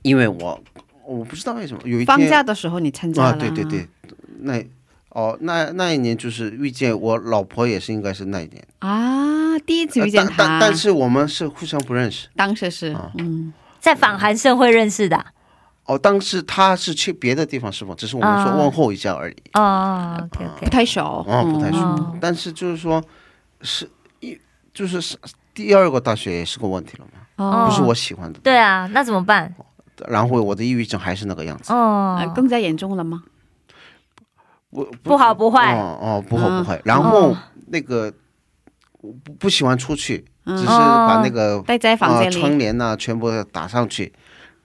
因为我我不知道为什么有一天放假的时候你参加了啊，对对对，那哦那那一年就是遇见我老婆，也是应该是那一年，啊，第一次呃遇见他，但但但是哦我们是互相不认识。当时是嗯在访韩社会认识的啊哦，当时他是去别的地方是吗？只是我们说啊问候一下而已。哦不，OK OK，太熟，嗯哦，不太熟。哦但是就是说，是一就是是第二个大学也是个问题了嘛，哦不是我喜欢的。对啊，那怎么办？然后我的抑郁症还是那个样子，呃哦，更加严重了吗？不不好不坏哦哦，不好嗯不坏。然后那个我不不喜欢出去，嗯只是把那个待在嗯房啊间窗里，帘呐全部打上去，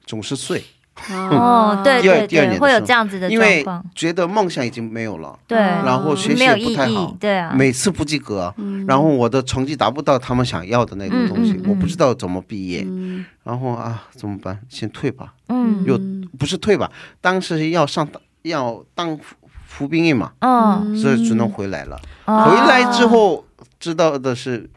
总是睡，啊哦，对第二对第二年对，的会有时候这样子的因状为嗯况，觉得梦想已经没有了。对，嗯然后学习没有也不意太义好，，对啊，每次不及格，然后我的成绩达不到他们想要的那个东西，嗯嗯嗯我不知道怎么毕业，嗯然后啊怎么办？先退吧，嗯又不是退吧，当时要上要当服服兵役嘛，嗯，所以只能回来了。哦回来之后知道的是，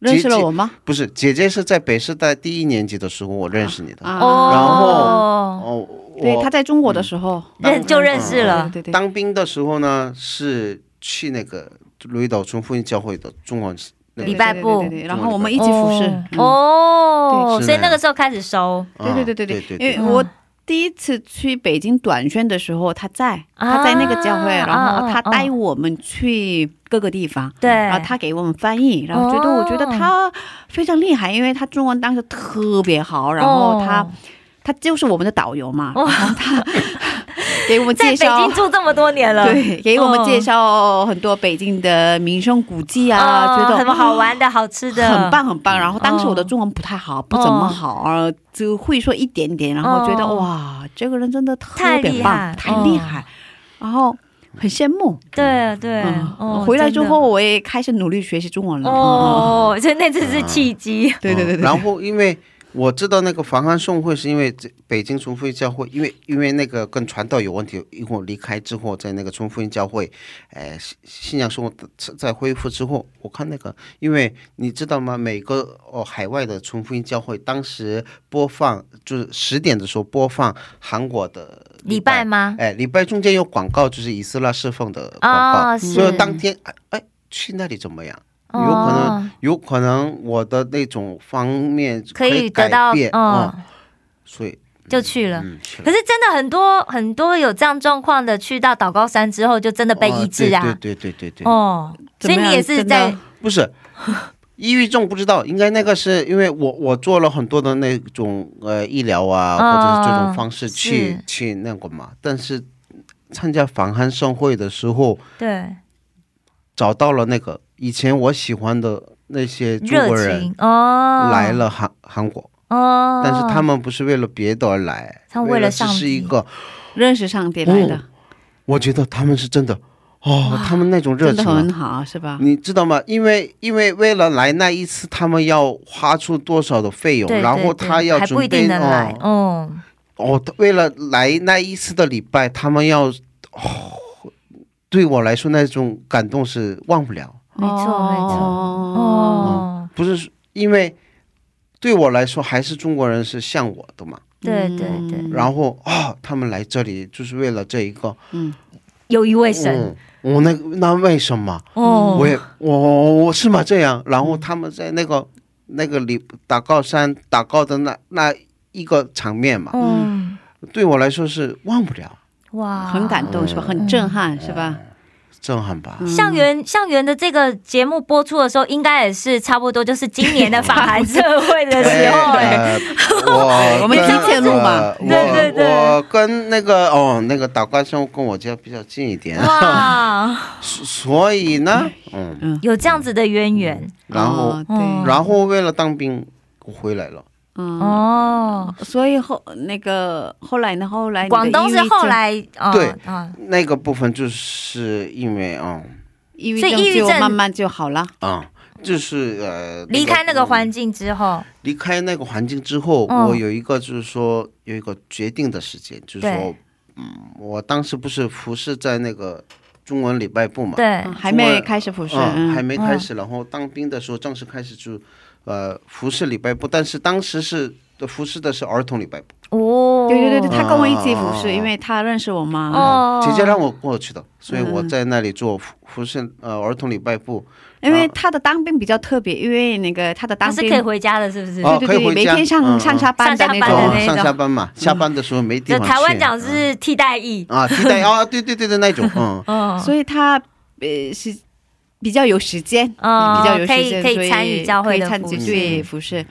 认识了我吗？不是姐姐是在北师大第一年级的时候我认识你的，啊，然哦，哦，对，他我嗯在中国的时候认就认识了，对对对，当兵的时候呢是去那个雷岛村妇女教会的中文那对个礼拜部对对对对然后我们一起服侍，嗯哦，嗯对是所以那那个样时候开始收，啊对对对对对对因为我第一次去北京短宣的时候，他在他在那个教会，啊然后他啊带我们去各个地方。对，然后啊他给我们翻译，然后觉得哦我觉得他非常厉害，因为他中文当时特别好，然后他、哦他就是我们的导游嘛，然后他给我们 (laughs) 在介北绍京，住这么多年了，对，给我们嗯介绍很多北京的名胜古迹啊，哦觉得什么好玩的、好吃的，嗯很棒很棒。然后当时我的中文不太好，不怎么好，呃只会说一点点。然后觉得、哦哇，这个人真的特太厉别害棒，太厉害，然后很羡慕。嗯对对，哦回来之后，嗯真我也开始努力学习中文了。的哦，所以那次是契 (laughs) 机，对对对嗯对，然后因为我知道那个防寒盛会是因为这北京纯福音教会，因为因为那个跟传道有问题，因为我离开之后，在那个纯福音教会，呃，信信仰生活在恢复之后，我看那个，因为你知道吗？每个哦海外的纯福音教会当时播放就是十点的时候播放韩国的礼拜吗？哎，礼拜中间有广告，就是以色列侍奉的广告，哦所是以当天哎哎去那里怎么样？有哦可能，有可能我的那种方面可以改得到变嗯嗯，所以就去了。嗯，去了可是真的很多很多有这样状况的，去到祷告山之后就真的被哦医治啊。对对对对对，哦，所以怎么你样也是真的在不是 (laughs) 抑郁症，不知道，应该那个是因为我我做了很多的那种呃医疗啊，或者是这哦种方式去是去那个嘛，但是参加防寒盛会的时候对找到了那个以前我喜欢的那些中热国人情哦来了韩韩国，哦，但是他们不是为了别的而来，他们为为了只上是一帝个，认识上帝来的，哦我觉得他们是真的，哦，他们那种热真的情、很啊，好，是吧？你知道吗？因为因为为了来那一次，他们要花出多少的费用，对然对后对他要还不一准定备能来哦哦，哦，他为了来那一次的礼拜，他们要，哦，对我来说那种感动是忘不了，没错没错哦，哦，不是因为对我来说还是中国人是像我的嘛。嗯哦对对对，然后啊、他们来这里就是为了这一个，有一位神嗯，我那那为什么？哦，嗯我也我我我是吗？这样，然后他们在那个那个里打高山打高的那那一个场面嘛，嗯，对我来说是忘不了，哇，很感动嗯是吧？很震撼是吧？震撼吧。向元向元的这个节目播出的时候，应该也是差不多就是今年的法韩社会的时 (laughs) 候、哎，呃 (laughs) 我我们跟之前录嘛呃我对对对我跟那个哦，那个打高山跟我家比较近一点， (laughs) 哇，所所以呢，嗯，有这样子的渊源然后嗯哦对，然后为了当兵我回来了，嗯，哦。所以后那个后来呢？后来你的广东抑是郁症后来啊，对啊，那个部分就是因为啊抑郁所以症抑郁就症慢慢就好了。啊。就是呃，离开那个环。环境之后，离开那个环境之后，嗯我有一个就是说有一个决定的时间，就是说对，嗯，我当时不是服侍在那个中文礼拜部嘛，对嗯，还没开始服侍，嗯，还嗯，没开始，然后当兵的时候正式开始就，呃，服侍礼拜部，但是当时是呃服侍的是儿童礼拜部，哦，对对对对，他跟我一起服哦侍，因为他认识我嘛。哦，姐姐让我过去的，所以我在那里做服服侍呃儿童礼拜部，因为他的当兵比较特别，因为那个他的他当是兵可以回家的，是不是？哦对可对以对，回每家天上嗯上下班的上下那班的种哦，那，种上下班嘛，下班的时候没地就方去，台湾讲嗯是替代役，啊，替代啊，对对对对，那种，嗯。嗯，所以他呃是比较有时间，嗯比较有可以时间，可以所参与教会的可以参服与饰对服饰。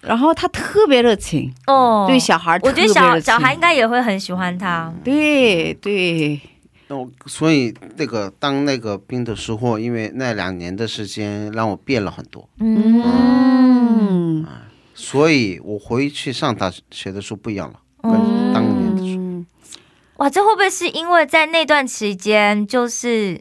然后他特别热情，哦，对小孩特我觉别嗯得热情，小小孩应该也会很喜欢他，对对，那我所以那个当那个兵的时候，因为那两年的时间让我变了很多，啊嗯，嗯，所以我回去上大学的时候不一样了，跟嗯当年的时候。哇，这会不会是因为在那段期间，就是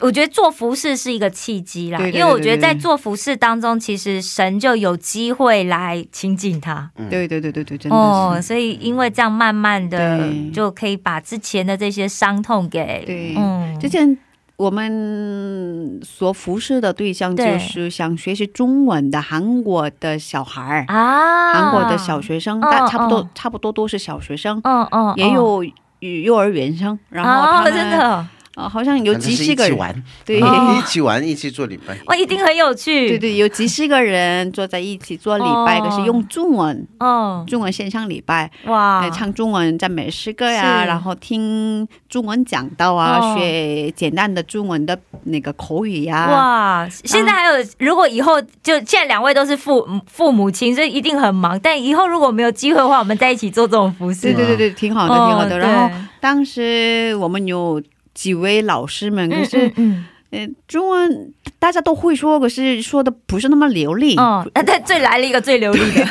我觉得做服饰是一个契机啦，对对因为我觉得在做服饰当中，其实神就有机会来亲近他对对对对对，真哦的，是，所以因为这样慢慢的对就可以把之前的这些伤痛给对嗯之前我们所服侍的对象对就是想学习中文的韩国的小孩儿，啊，韩国的小学生，哦但差不多哦差不多都是小学生，嗯嗯也有幼儿园生，然后他啊、们真的哦啊，好像有反正几是十一个起人，玩，对、(laughs) (laughs) 一起玩，一起做礼拜。哇，一定很有趣，对对，有几十个人坐在一起做礼拜，哦可是用中文，哦中文线上礼拜，哇来、，唱中文赞美诗歌呀、是然后听中文讲道啊、哦学简单的中文的那个口语呀、哇！啊现在还有，如果以后就现在两位都是父父母亲，所以一定很忙。但以后如果没有机会的话，我们在一起做这种服饰，对对对对，挺好的，哦挺好的。对然后嗯当时我们有几位老师们，可嗯是嗯嗯，呃，中文大家都会说，可是说的不是那么流利。哦，啊但最来了一个最流利的，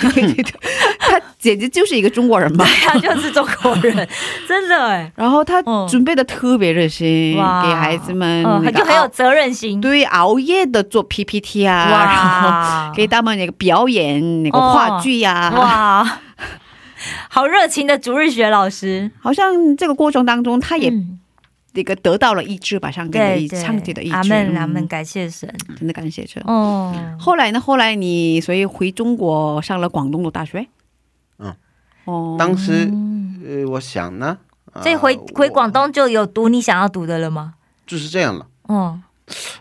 他姐姐就是一个中国人嘛， (laughs) 他就是中国 (laughs) 人，真的哎，然后他嗯准备的特别热心，哇给孩子们嗯，那就个很有熬责任心，对熬夜的做 PPT 啊，然后哇，给啊他们那个表演那个话剧呀、哦哇，好热情的逐日学老师，好像这个过程当中，他也嗯那个得到了医治吧，上帝的对医，对，上帝的医治。阿门阿门，嗯，感谢神，真的感谢主。哦。后来呢？后来你所以回中国上了广东的大学。嗯。哦，当时，呃，我想呢，呃所以回回广，我东就有读你想要读的了吗？就是这样了。嗯，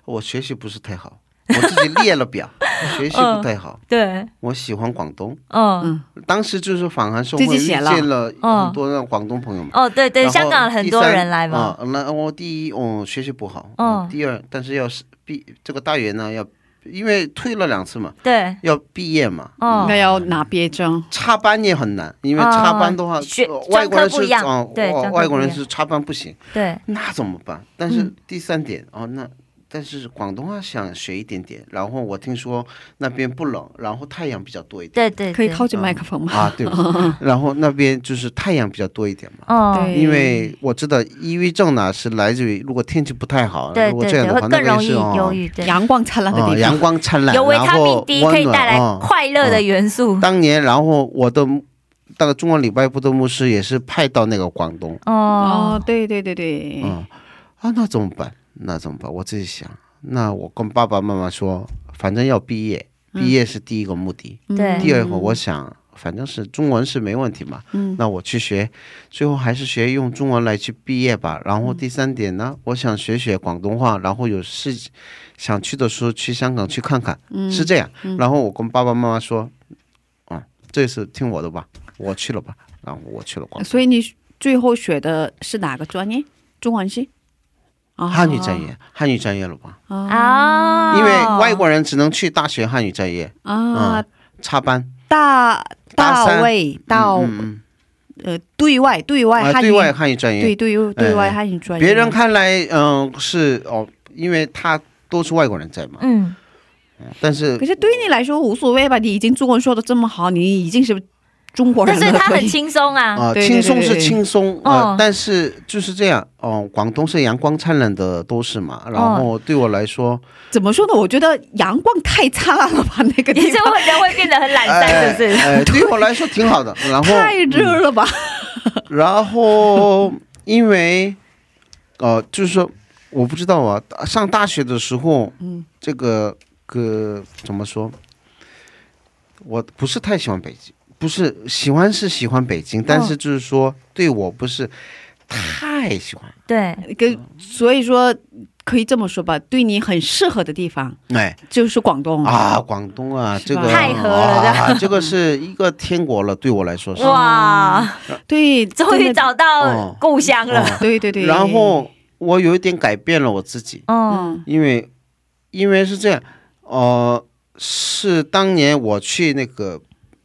我学习不是太好，我自己列了表，我学习嗯不太好。对，我喜欢广东，嗯，当时就是反韩社会自遇己写了见了嗯很多的广东朋友们。哦，对对，然后香港很多人来嘛，第三啊、那我第一，我、学习不好。嗯嗯。第二，但是要是毕这个大学呢，要因为退了两次嘛，对，要毕业嘛，哦应，该要拿毕业证。插班也很难，因为哦插班的话，学呃专外国人科不是一样啊对外专科外国人不一样是插班不行，对，那怎么办？但嗯是第三点、哦，那。但是广东话想学一点点，然后我听说那边不冷，然后太阳比较多 (laughs) 一点。对对，可以对，靠近麦克风吗？啊，对不起。然后那边就是太阳比较多一点嘛。哦，对因为我知道抑郁症呢是来自于如果天气不太好，对如果对这样对，的会话，更那容个易是忧哦郁，对，阳光灿烂的地哦方，阳光灿烂，有维然他命后 D 可温以暖带来哦快乐的元素，当年，然后我的那个中国礼拜部的牧师也是派到那个广东，哦哦，，对对对对，嗯啊，那怎么办？那怎么办？我自己想，那我嗯跟嗯爸爸妈妈说，反正要毕业，毕业是第一个目的，对第二个我想反正是中文是没问题嘛，嗯，那我去学，最后还是学用中文来去毕业吧。然嗯后第三点呢，我想学学广东话，然后有事想去的时候去香港去看看，嗯是这样。然后我跟爸爸妈妈说，啊，这次听我的吧，我去了吧。然后我去了广东，啊所以你最后学的是哪个专业？中文系？啊汉语专业，汉语专业了吧？哦啊，因为外国人只能去大学汉语专业，啊嗯，插班。大大大三卫到嗯嗯呃对外对嗯外啊，汉对语外汉语专业，对对对外哎汉语专业，别人看来，嗯、是哦，因为他都是外国人在嘛，嗯，但是 (laughs) 可是对你来说无所谓吧？你已经中文说的这么好，你已经是中国人但了。是他很对轻松啊，啊、对对轻松对对是轻松啊、哦呃，但是就是这样哦、广东是阳光灿烂的都市嘛，然哦后对我来说，怎么说呢？我觉得阳光太灿烂了吧，那个 (laughs) (laughs) 你地这方会人会变得很懒散，哎是不是？哎，对我来说 (laughs) 挺好的。然后，太热 (laughs) 了吧？然后因为呃，就是说我不知道啊，上大学的时候，嗯，这个个怎么说？我不是太喜欢北京，不是喜欢是喜欢北京，但是就是说对我不是太喜欢。对，哎跟所以说可以这么说吧，对你很适合的地方哎就是广东啊，。广东啊，嗯是这吧个太合了啊，这个是一个天国了，对我来说是。嗯哇，对，终于真的找哦到故乡了，对对对。然后我有一点改变了我自己，嗯，嗯因为因为是这样，呃，是当年我去那个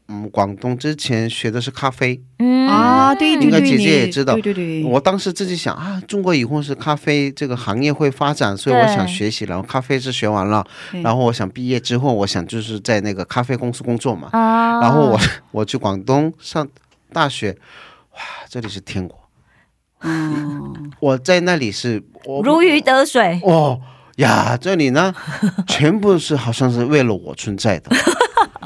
嗯广东之前学的是咖啡，嗯啊，对对应该对，姐姐也你知道对对对，我当时自己想啊，中国以后是咖啡这个行业会发展，所以我对想学习，然后咖啡是学完了对，然后我想毕业之后，我想就是在那个咖啡公司工作哦嘛，啊然后我 (laughs) 我去广东上大学，哇，这里是天国，嗯， (laughs) 我在那里是我如鱼得水，哦。呀，这里 (laughs) 呢，全部是好像是为了我存在的，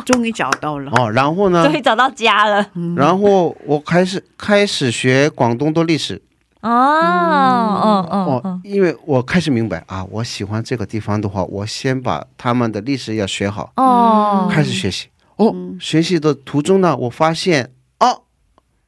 终于找到了。哦，然后呢终，于找到家了然后我开始开始学广东的历史哦，哦哦哦哦，，因为我开始明白啊，我喜欢这个地方的话，我先把他们的历史要学好，哦，开始学习。哦，学习的途中呢，我发现哦，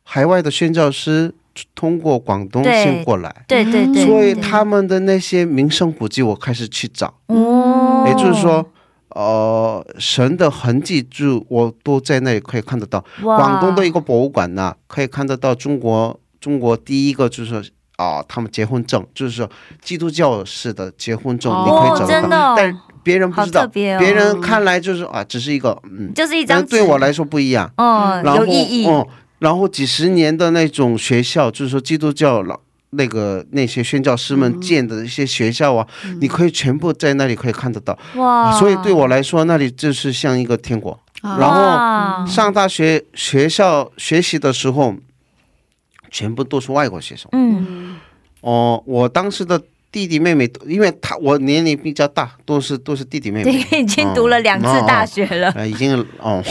海外的宣教师通过广东对先过来，对对对，所以对他们的那些名胜古迹，我开始去找。哦，也就是说，呃，神的痕迹就我都在那里可以看得到。哇，广东的一个博物馆呢，可以看得到中国中国第一个就是说啊、他们结婚证，就是说基督教式的结婚证，哦你可以找真的得到，哦但别人不知好道，特别哦别人看来就是啊，只是一个嗯，就是一但张纸对我来说不一样，哦然后有意义哦、然后几十年的那种学校，就是说基督教老。那个那些宣教师嗯们建的一些学校啊，你可以全部在那里可以看得到，哇，啊所以对我来说，那里就是像一个天国。啊然后哇上大学学校学习的时候，全部都是外国学生。嗯哦，我当时的弟弟妹妹都，因为他我年龄比较大，都是都是弟弟妹妹。哦对，已经读了两次大学了，呃，已经哦，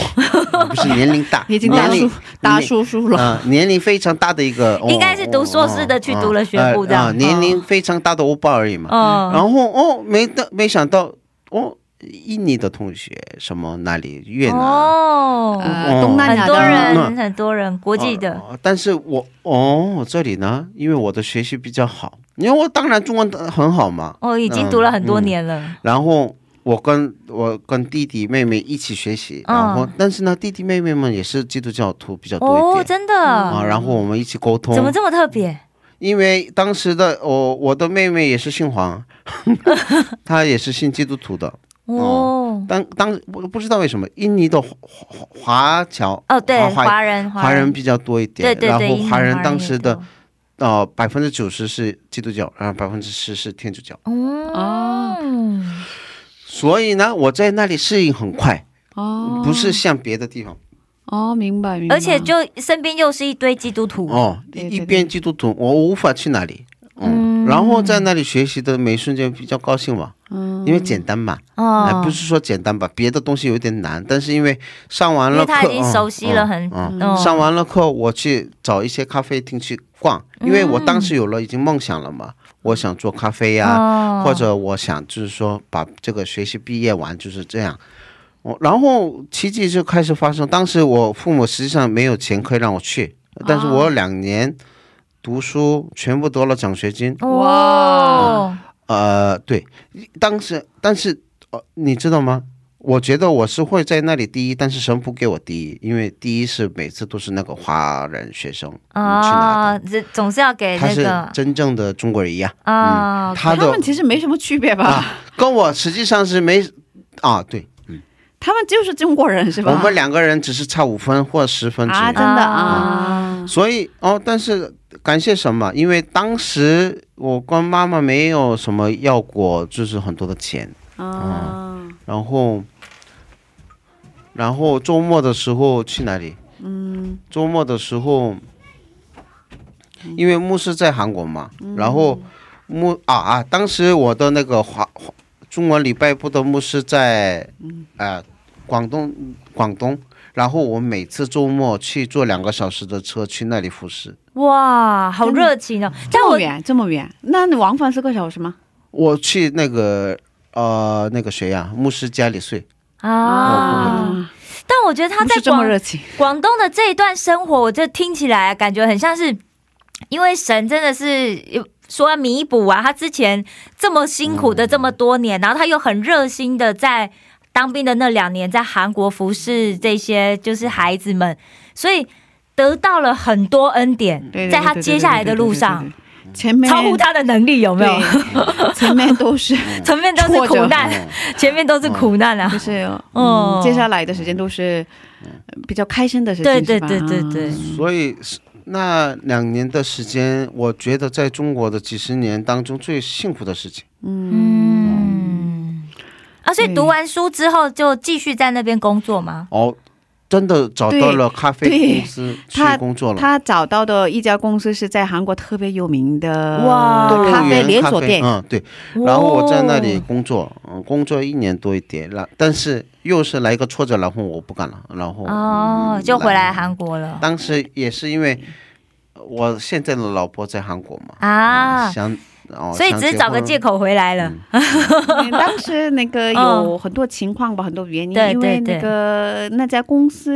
不是年龄 (laughs) 大，已经年大龄叔大叔叔了，啊、年龄非常大的一个，哦应该是读硕士的去读了学部这样嗯啊、呃年龄非常大的欧巴而已嘛。哦，然后哦，没的没想到哦，印尼的同学什么哪里越南。嗯哦，呃，东南很亚多的人很多人国际的哦但是我哦，这里呢，因为我的学习比较好，因为我当然中文的很好嘛。哦，已经读了很多年了，然后我跟我跟弟弟妹妹一起学习，嗯然后、但是呢，弟弟妹妹们也是基督教徒比较多一哦，点、真的啊。然后我们一起沟通，怎么这么特别？因为当时的我我的妹妹也是姓 (laughs) 黄，她也是信基督徒的。哦当当我不知道为什么印尼的华华华侨哦，对，华华人华人比较多一点，对对然对，后印尼华人也当时的多呃，百分之九十是基督教，然后百分之十是天主教。哦所以呢，我在那里适应很快，哦不是像别的地方哦，明白明白。而且就身边又是一堆基督徒，哦，对一对一边基督徒，我无法去那里。嗯，然后在那里学习的每瞬间比较高兴嘛，嗯，因为简单嘛，哎，哦不，是说简单吧，别的东西有点难，但是因为上完因为了课，他已经熟悉了嗯很，嗯哦上完了课，我去找一些咖啡厅去逛，因为我当时有了已经梦想了嘛，我想做咖啡呀、哦或者我想就是说把这个学习毕业完就是这样。哦，然后奇迹就开始发生。当时我父母实际上没有钱可以让我去，但是我有两年读书全部得了奖学金。哇，呃，对，当时但是呃，你知道吗？我觉得我是会在那里第一，但是神不给我第一，因为第一是每次都是那个华人学生嗯去拿啊，的，这总是要给他那是嗯个真正的中国人呀。啊，他哦他的啊们其实没什么区别吧？跟我实际上是没啊，对他们就是中国人是吧？我们两个人只是差五分或十分啊，左真右，的啊，所以哦，但是感谢神嘛，因为当时我跟妈妈没有什么要过，就是很多的钱，嗯啊，然后，然后周末的时候去哪里？嗯，周末的时候，因为牧师在韩国嘛，然后牧啊啊，当时我的那个华华中文礼拜部的牧师在呃广东广东，然后我每次周末去坐两个小时的车去那里服侍。哇，好热情哦！但这我么远这么远，那你往返四个小时吗？我去那个呃那个谁呀、牧师家里睡，哦啊，啊，但我觉得他不在是这么广热情，广东的这一段生活，我这听起来啊感觉很像是，因为神真的是说要弥补啊，他之前这么辛苦嗯的这么多年，然后他又很热心的在当兵的那两年，在韩国服侍这些就是孩子们，所以得到了很多恩典对，在他接下来的路，上对对对对对对对对对对对前嗯面超乎他的能力，有没有？对， (laughs) 前面都 (laughs) 是前面都是苦难，前面都是苦难啊就！是哦嗯，接下来的时间都是呃比较开心的事情，对对是吧嗯对对对，所以是那两年的时间，我觉得在中国的几十年当中最幸福的事情。嗯，啊，所以读完书之后就继续在那边工作吗？哦，真的找到了咖啡公司去他工作了，他找到的一家公司是在韩国特别有名的哇动物园咖啡连锁店，嗯，对。然后我在那里工作，嗯，工作一年多一点，然但是又是来一个挫折，然后我不干了，然后、嗯哦，就回来韩国了当时也是因为我现在的老婆在韩国嘛，啊，想哦，所以只是找个借口。口回来了。嗯当时那个有很多情况吧，很多原因，对因对为对那个那家公司，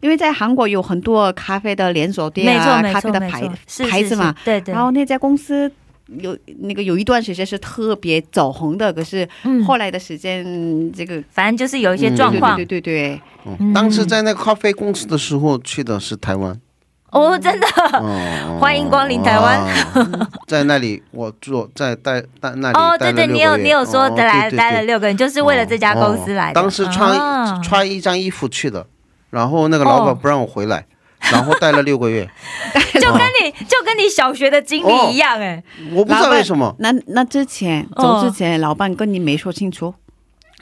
因为在韩国有很多咖啡的连锁店没错啊，没咖啡错的没牌错，是牌子嘛，，是是对对然。后那家公司有那个有一段时间是特别走红的，可是嗯，后来的时间、这个反正就是有一些嗯状对况对对对嗯当时在那个咖啡公司的时候，去的是台湾。哦，真的哦欢迎光临台湾啊 (laughs) 在那里我做在待待那里哦，待对了对，六你个有月你有说哦的来对对待了对六个人，就是为了这家公司来的。哦当时穿、啊穿一张衣服去的，然后那个老哦板不让我回来，然后待了六 (laughs) 个月，就跟你就跟你小学的经历一样哎，我不知老道板为什么，那那之前走哦之前，老板跟你没说清哦楚，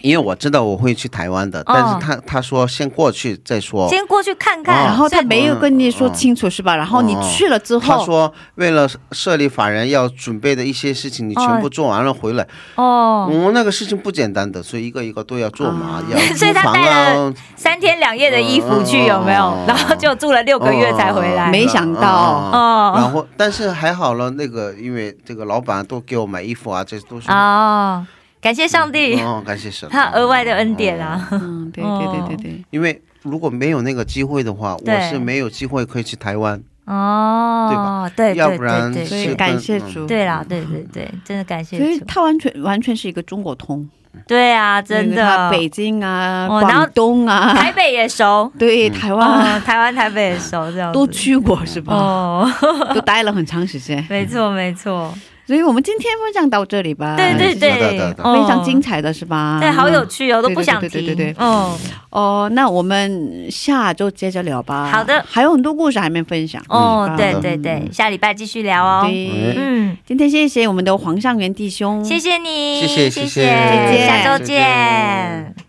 因为我知道我会去台湾的，但是他他说先过去再说。哦先过去看看，哦然后所以他没有跟你说清楚、是吧？然后你去了之他后，说，为了设立法人要准备的一些事情，你全部做完了回来。我、哦，那个事情不简单的，所以一个一个都要做嘛，啊要 (laughs) 所以租他房带啊了，三天两夜的衣服去嗯有没有嗯？然后就住了六个月才回来。哦没想到哦然后但是还好了，那个因为这个老板都给我买衣服啊，这都是哦，感谢上帝，哦，感谢神，他额外的恩典啊。嗯，对对对对对，因为如果没有那个机会的话，对我是没有机会可以去台湾。哦，对要对不然对所是嗯以对跟感谢主。对，对啦，对对对，真的感谢所以主。他完全完全是一个中国通，对啊，因真为他的，北京啊、哦然后广东啊，台北 (laughs) 也熟，对台湾啊、哇，台湾台北也熟，这样子都去过是吧？哦， (laughs) 都待了很长时间。没错没错，所以我们今天分享到这里吧。对对是的是对的，哦哎非常精。彩啊的是吧？对，好有趣哦，都对对不想对对提。对对对嗯，哦。那我们下周接着聊吧。好的还有很多故事还没分享。哦，嗯对好对对，下礼拜继续聊哦。对，嗯嗯，今天谢谢我们的黄尚元弟兄，谢谢你，谢谢谢谢谢再见下周再见见。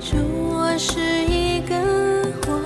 主，我是一个活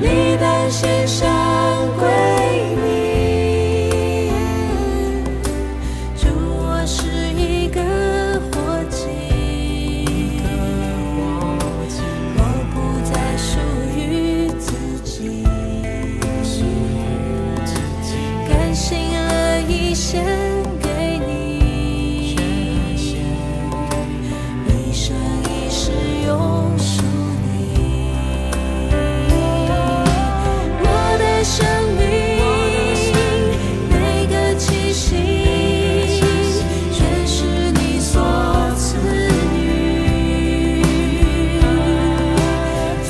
愿献上归你。祝我是一个活祭，我不再属于自己。甘心乐意献给你，一生一世永属你。我的生命，每个气息，全是你所赐予。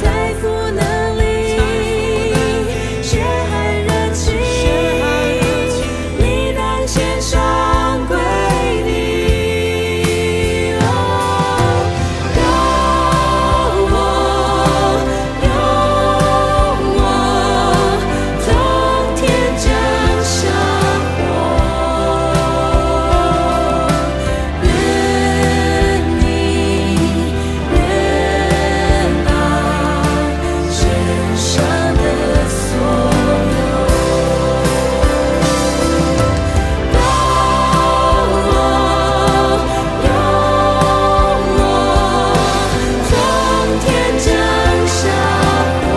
财富能力，血海热情，你让献上归哦你。让我，让我从天降下火。愿你，愿那身上的所有，让我，让我从天降下火。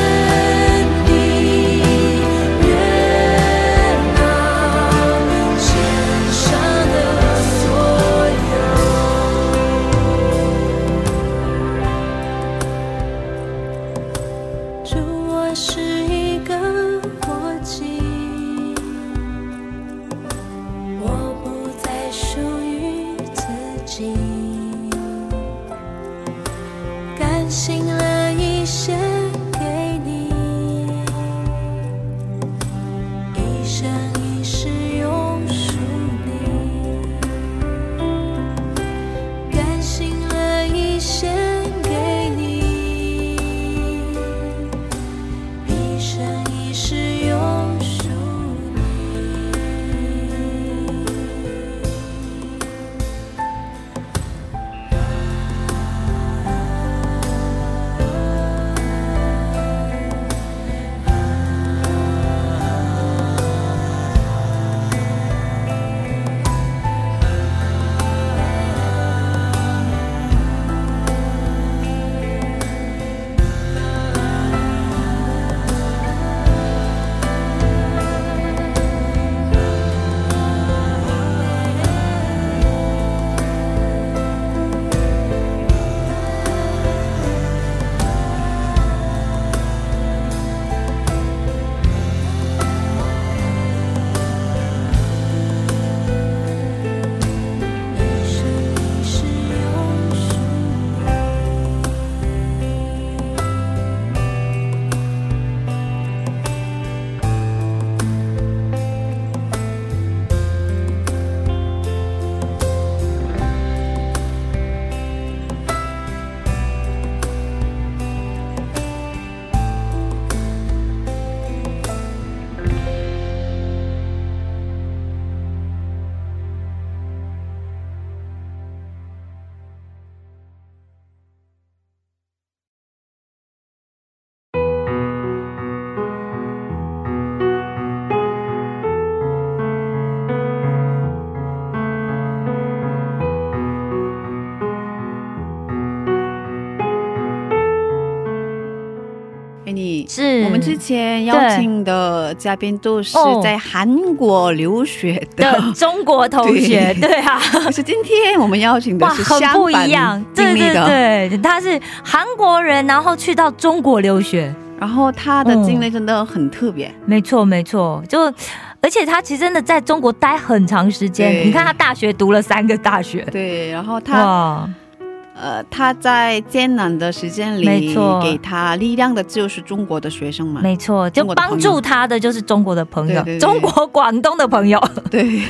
愿你，愿那身上的所有。祝我是一个活祭，我不再属于自己，甘心乐意献给你，一生一世永属你，甘心乐意献给你。一生一世永属你。一生一世永属哎，你是我们之前邀请的嘉宾都是哦在韩国留学的的，中国同学，对对啊。可是今天我们邀请的哇，是很不一样，经对历的，对对，他是韩国人，然后去到中国留学，然后他的经历真的很特别，没错没错，就而且他其实真的在中国待很长时间，对你看他大学读了三个大学，对，然后他哇，呃，他在艰难的时间没里错，给他力量的就是中国的学生嘛。没错，就嗯中国的朋帮友助他的就是中国的朋友，对对对中国广东的朋友， (laughs) 哦对，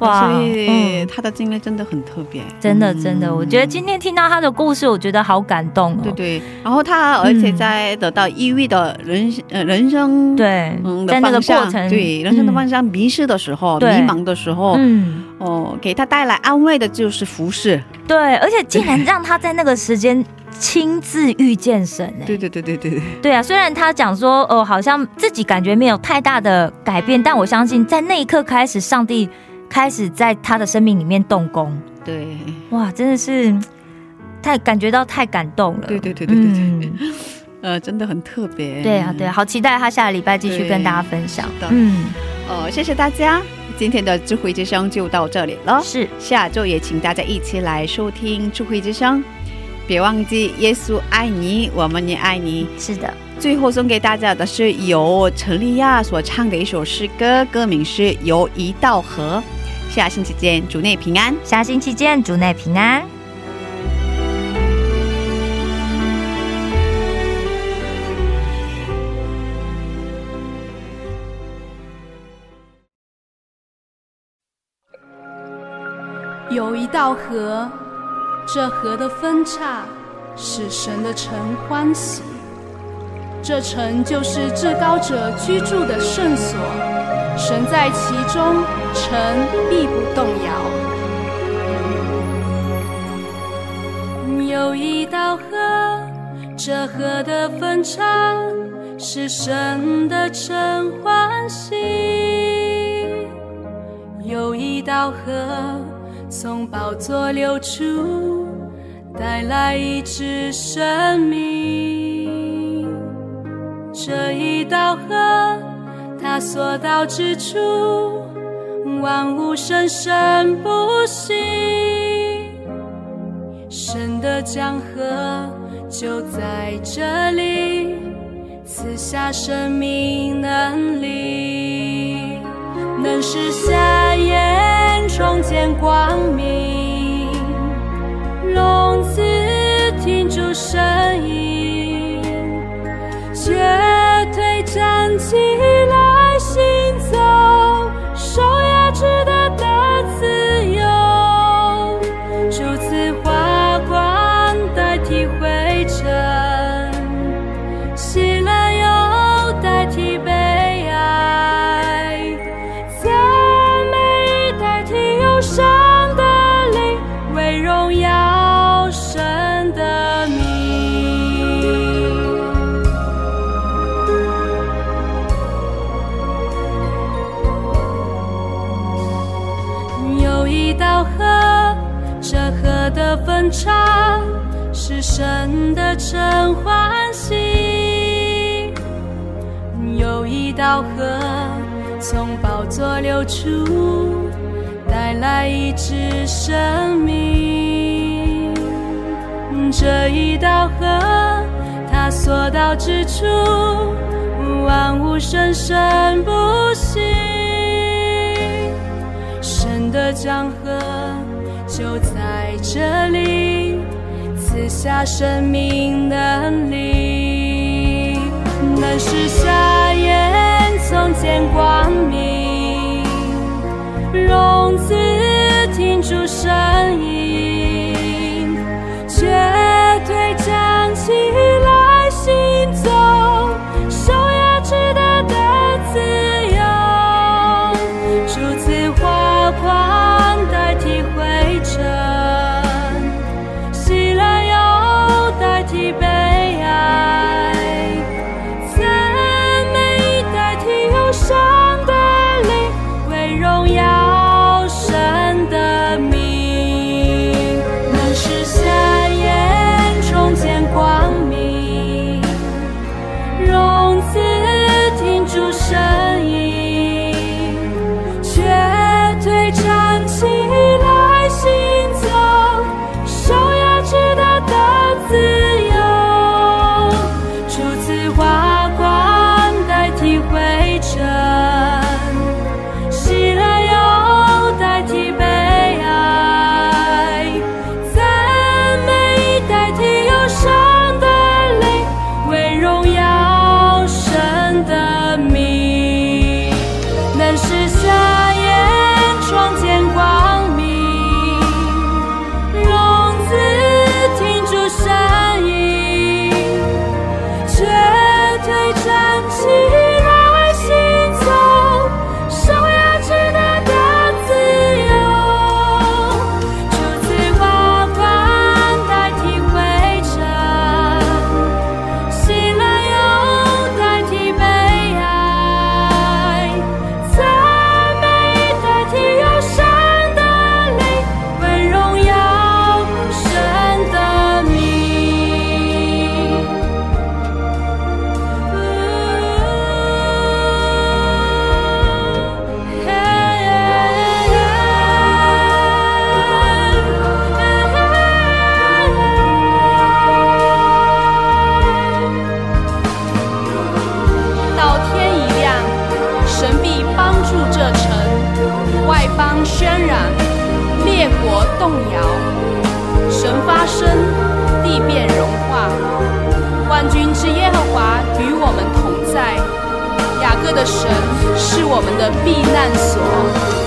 哇，所以嗯嗯他的经历真的很特别。真的真的，我觉得今天听到他的故事，我觉得好感动哦，对对，然后他而且在得到抑郁的人生、呃人生对嗯在的那个方向，过程，对人生的哦嗯方向迷失的时候、对迷茫的时候，嗯哦，给他带来安慰的就是服饰，对，而且竟然让他在那个时间亲自遇见神哎、对对对对对对，对啊，虽然他讲说哦，好像自己感觉没有太大的改变，但我相信在那一刻开始，上帝开始在他的生命里面动工。对哇，真的是嗯太感觉到太感动了。对对对对对对，嗯呃，真的很特别。对啊，对啊，好期待他下个礼拜继续跟大家分享是。的嗯，呃，谢谢大家，今天的智慧之声就到这里了。是，下周也请大家一起来收听智慧之声，别忘记耶稣爱你，我们也爱你。是的，最后送给大家的是由陈丽亚所唱的一首诗歌，歌名是《由一到河》。下星期见，主内平安。下星期见，主内平安。有一道河，这河的分叉使神的城欢喜。这城就是至高者居住的圣所，神在其中，城必不动摇。有一道河，这河的分叉使神的城欢喜。有一道河从宝座流出，带来一支生命。这一道河，它所到之处，万物生生不息。神的江河就在这里，赐下生命能力。能使瞎眼撞见光明，聋子听出声音，瘸腿站起来行走，手压制的得自由，主赐华冠代替灰尘。喜乐又代替悲哀，赞美代替忧伤的灵，为荣耀神的名。有一道河，这河的分叉是神的城欢喜。有一道河从宝座流出，带来一支生命。这一道河，它所到之处，万物生生不息。神的江河就在这里，赐下生命能力，能使瞎眼从见光明，聋子听出声音，瘸腿站起来行走，手压制的得自由，竹子花冠代替灰尘。喜乐又代替悲哀，赞美代替忧伤的灵，为荣耀神的名。的神是我们的避难所。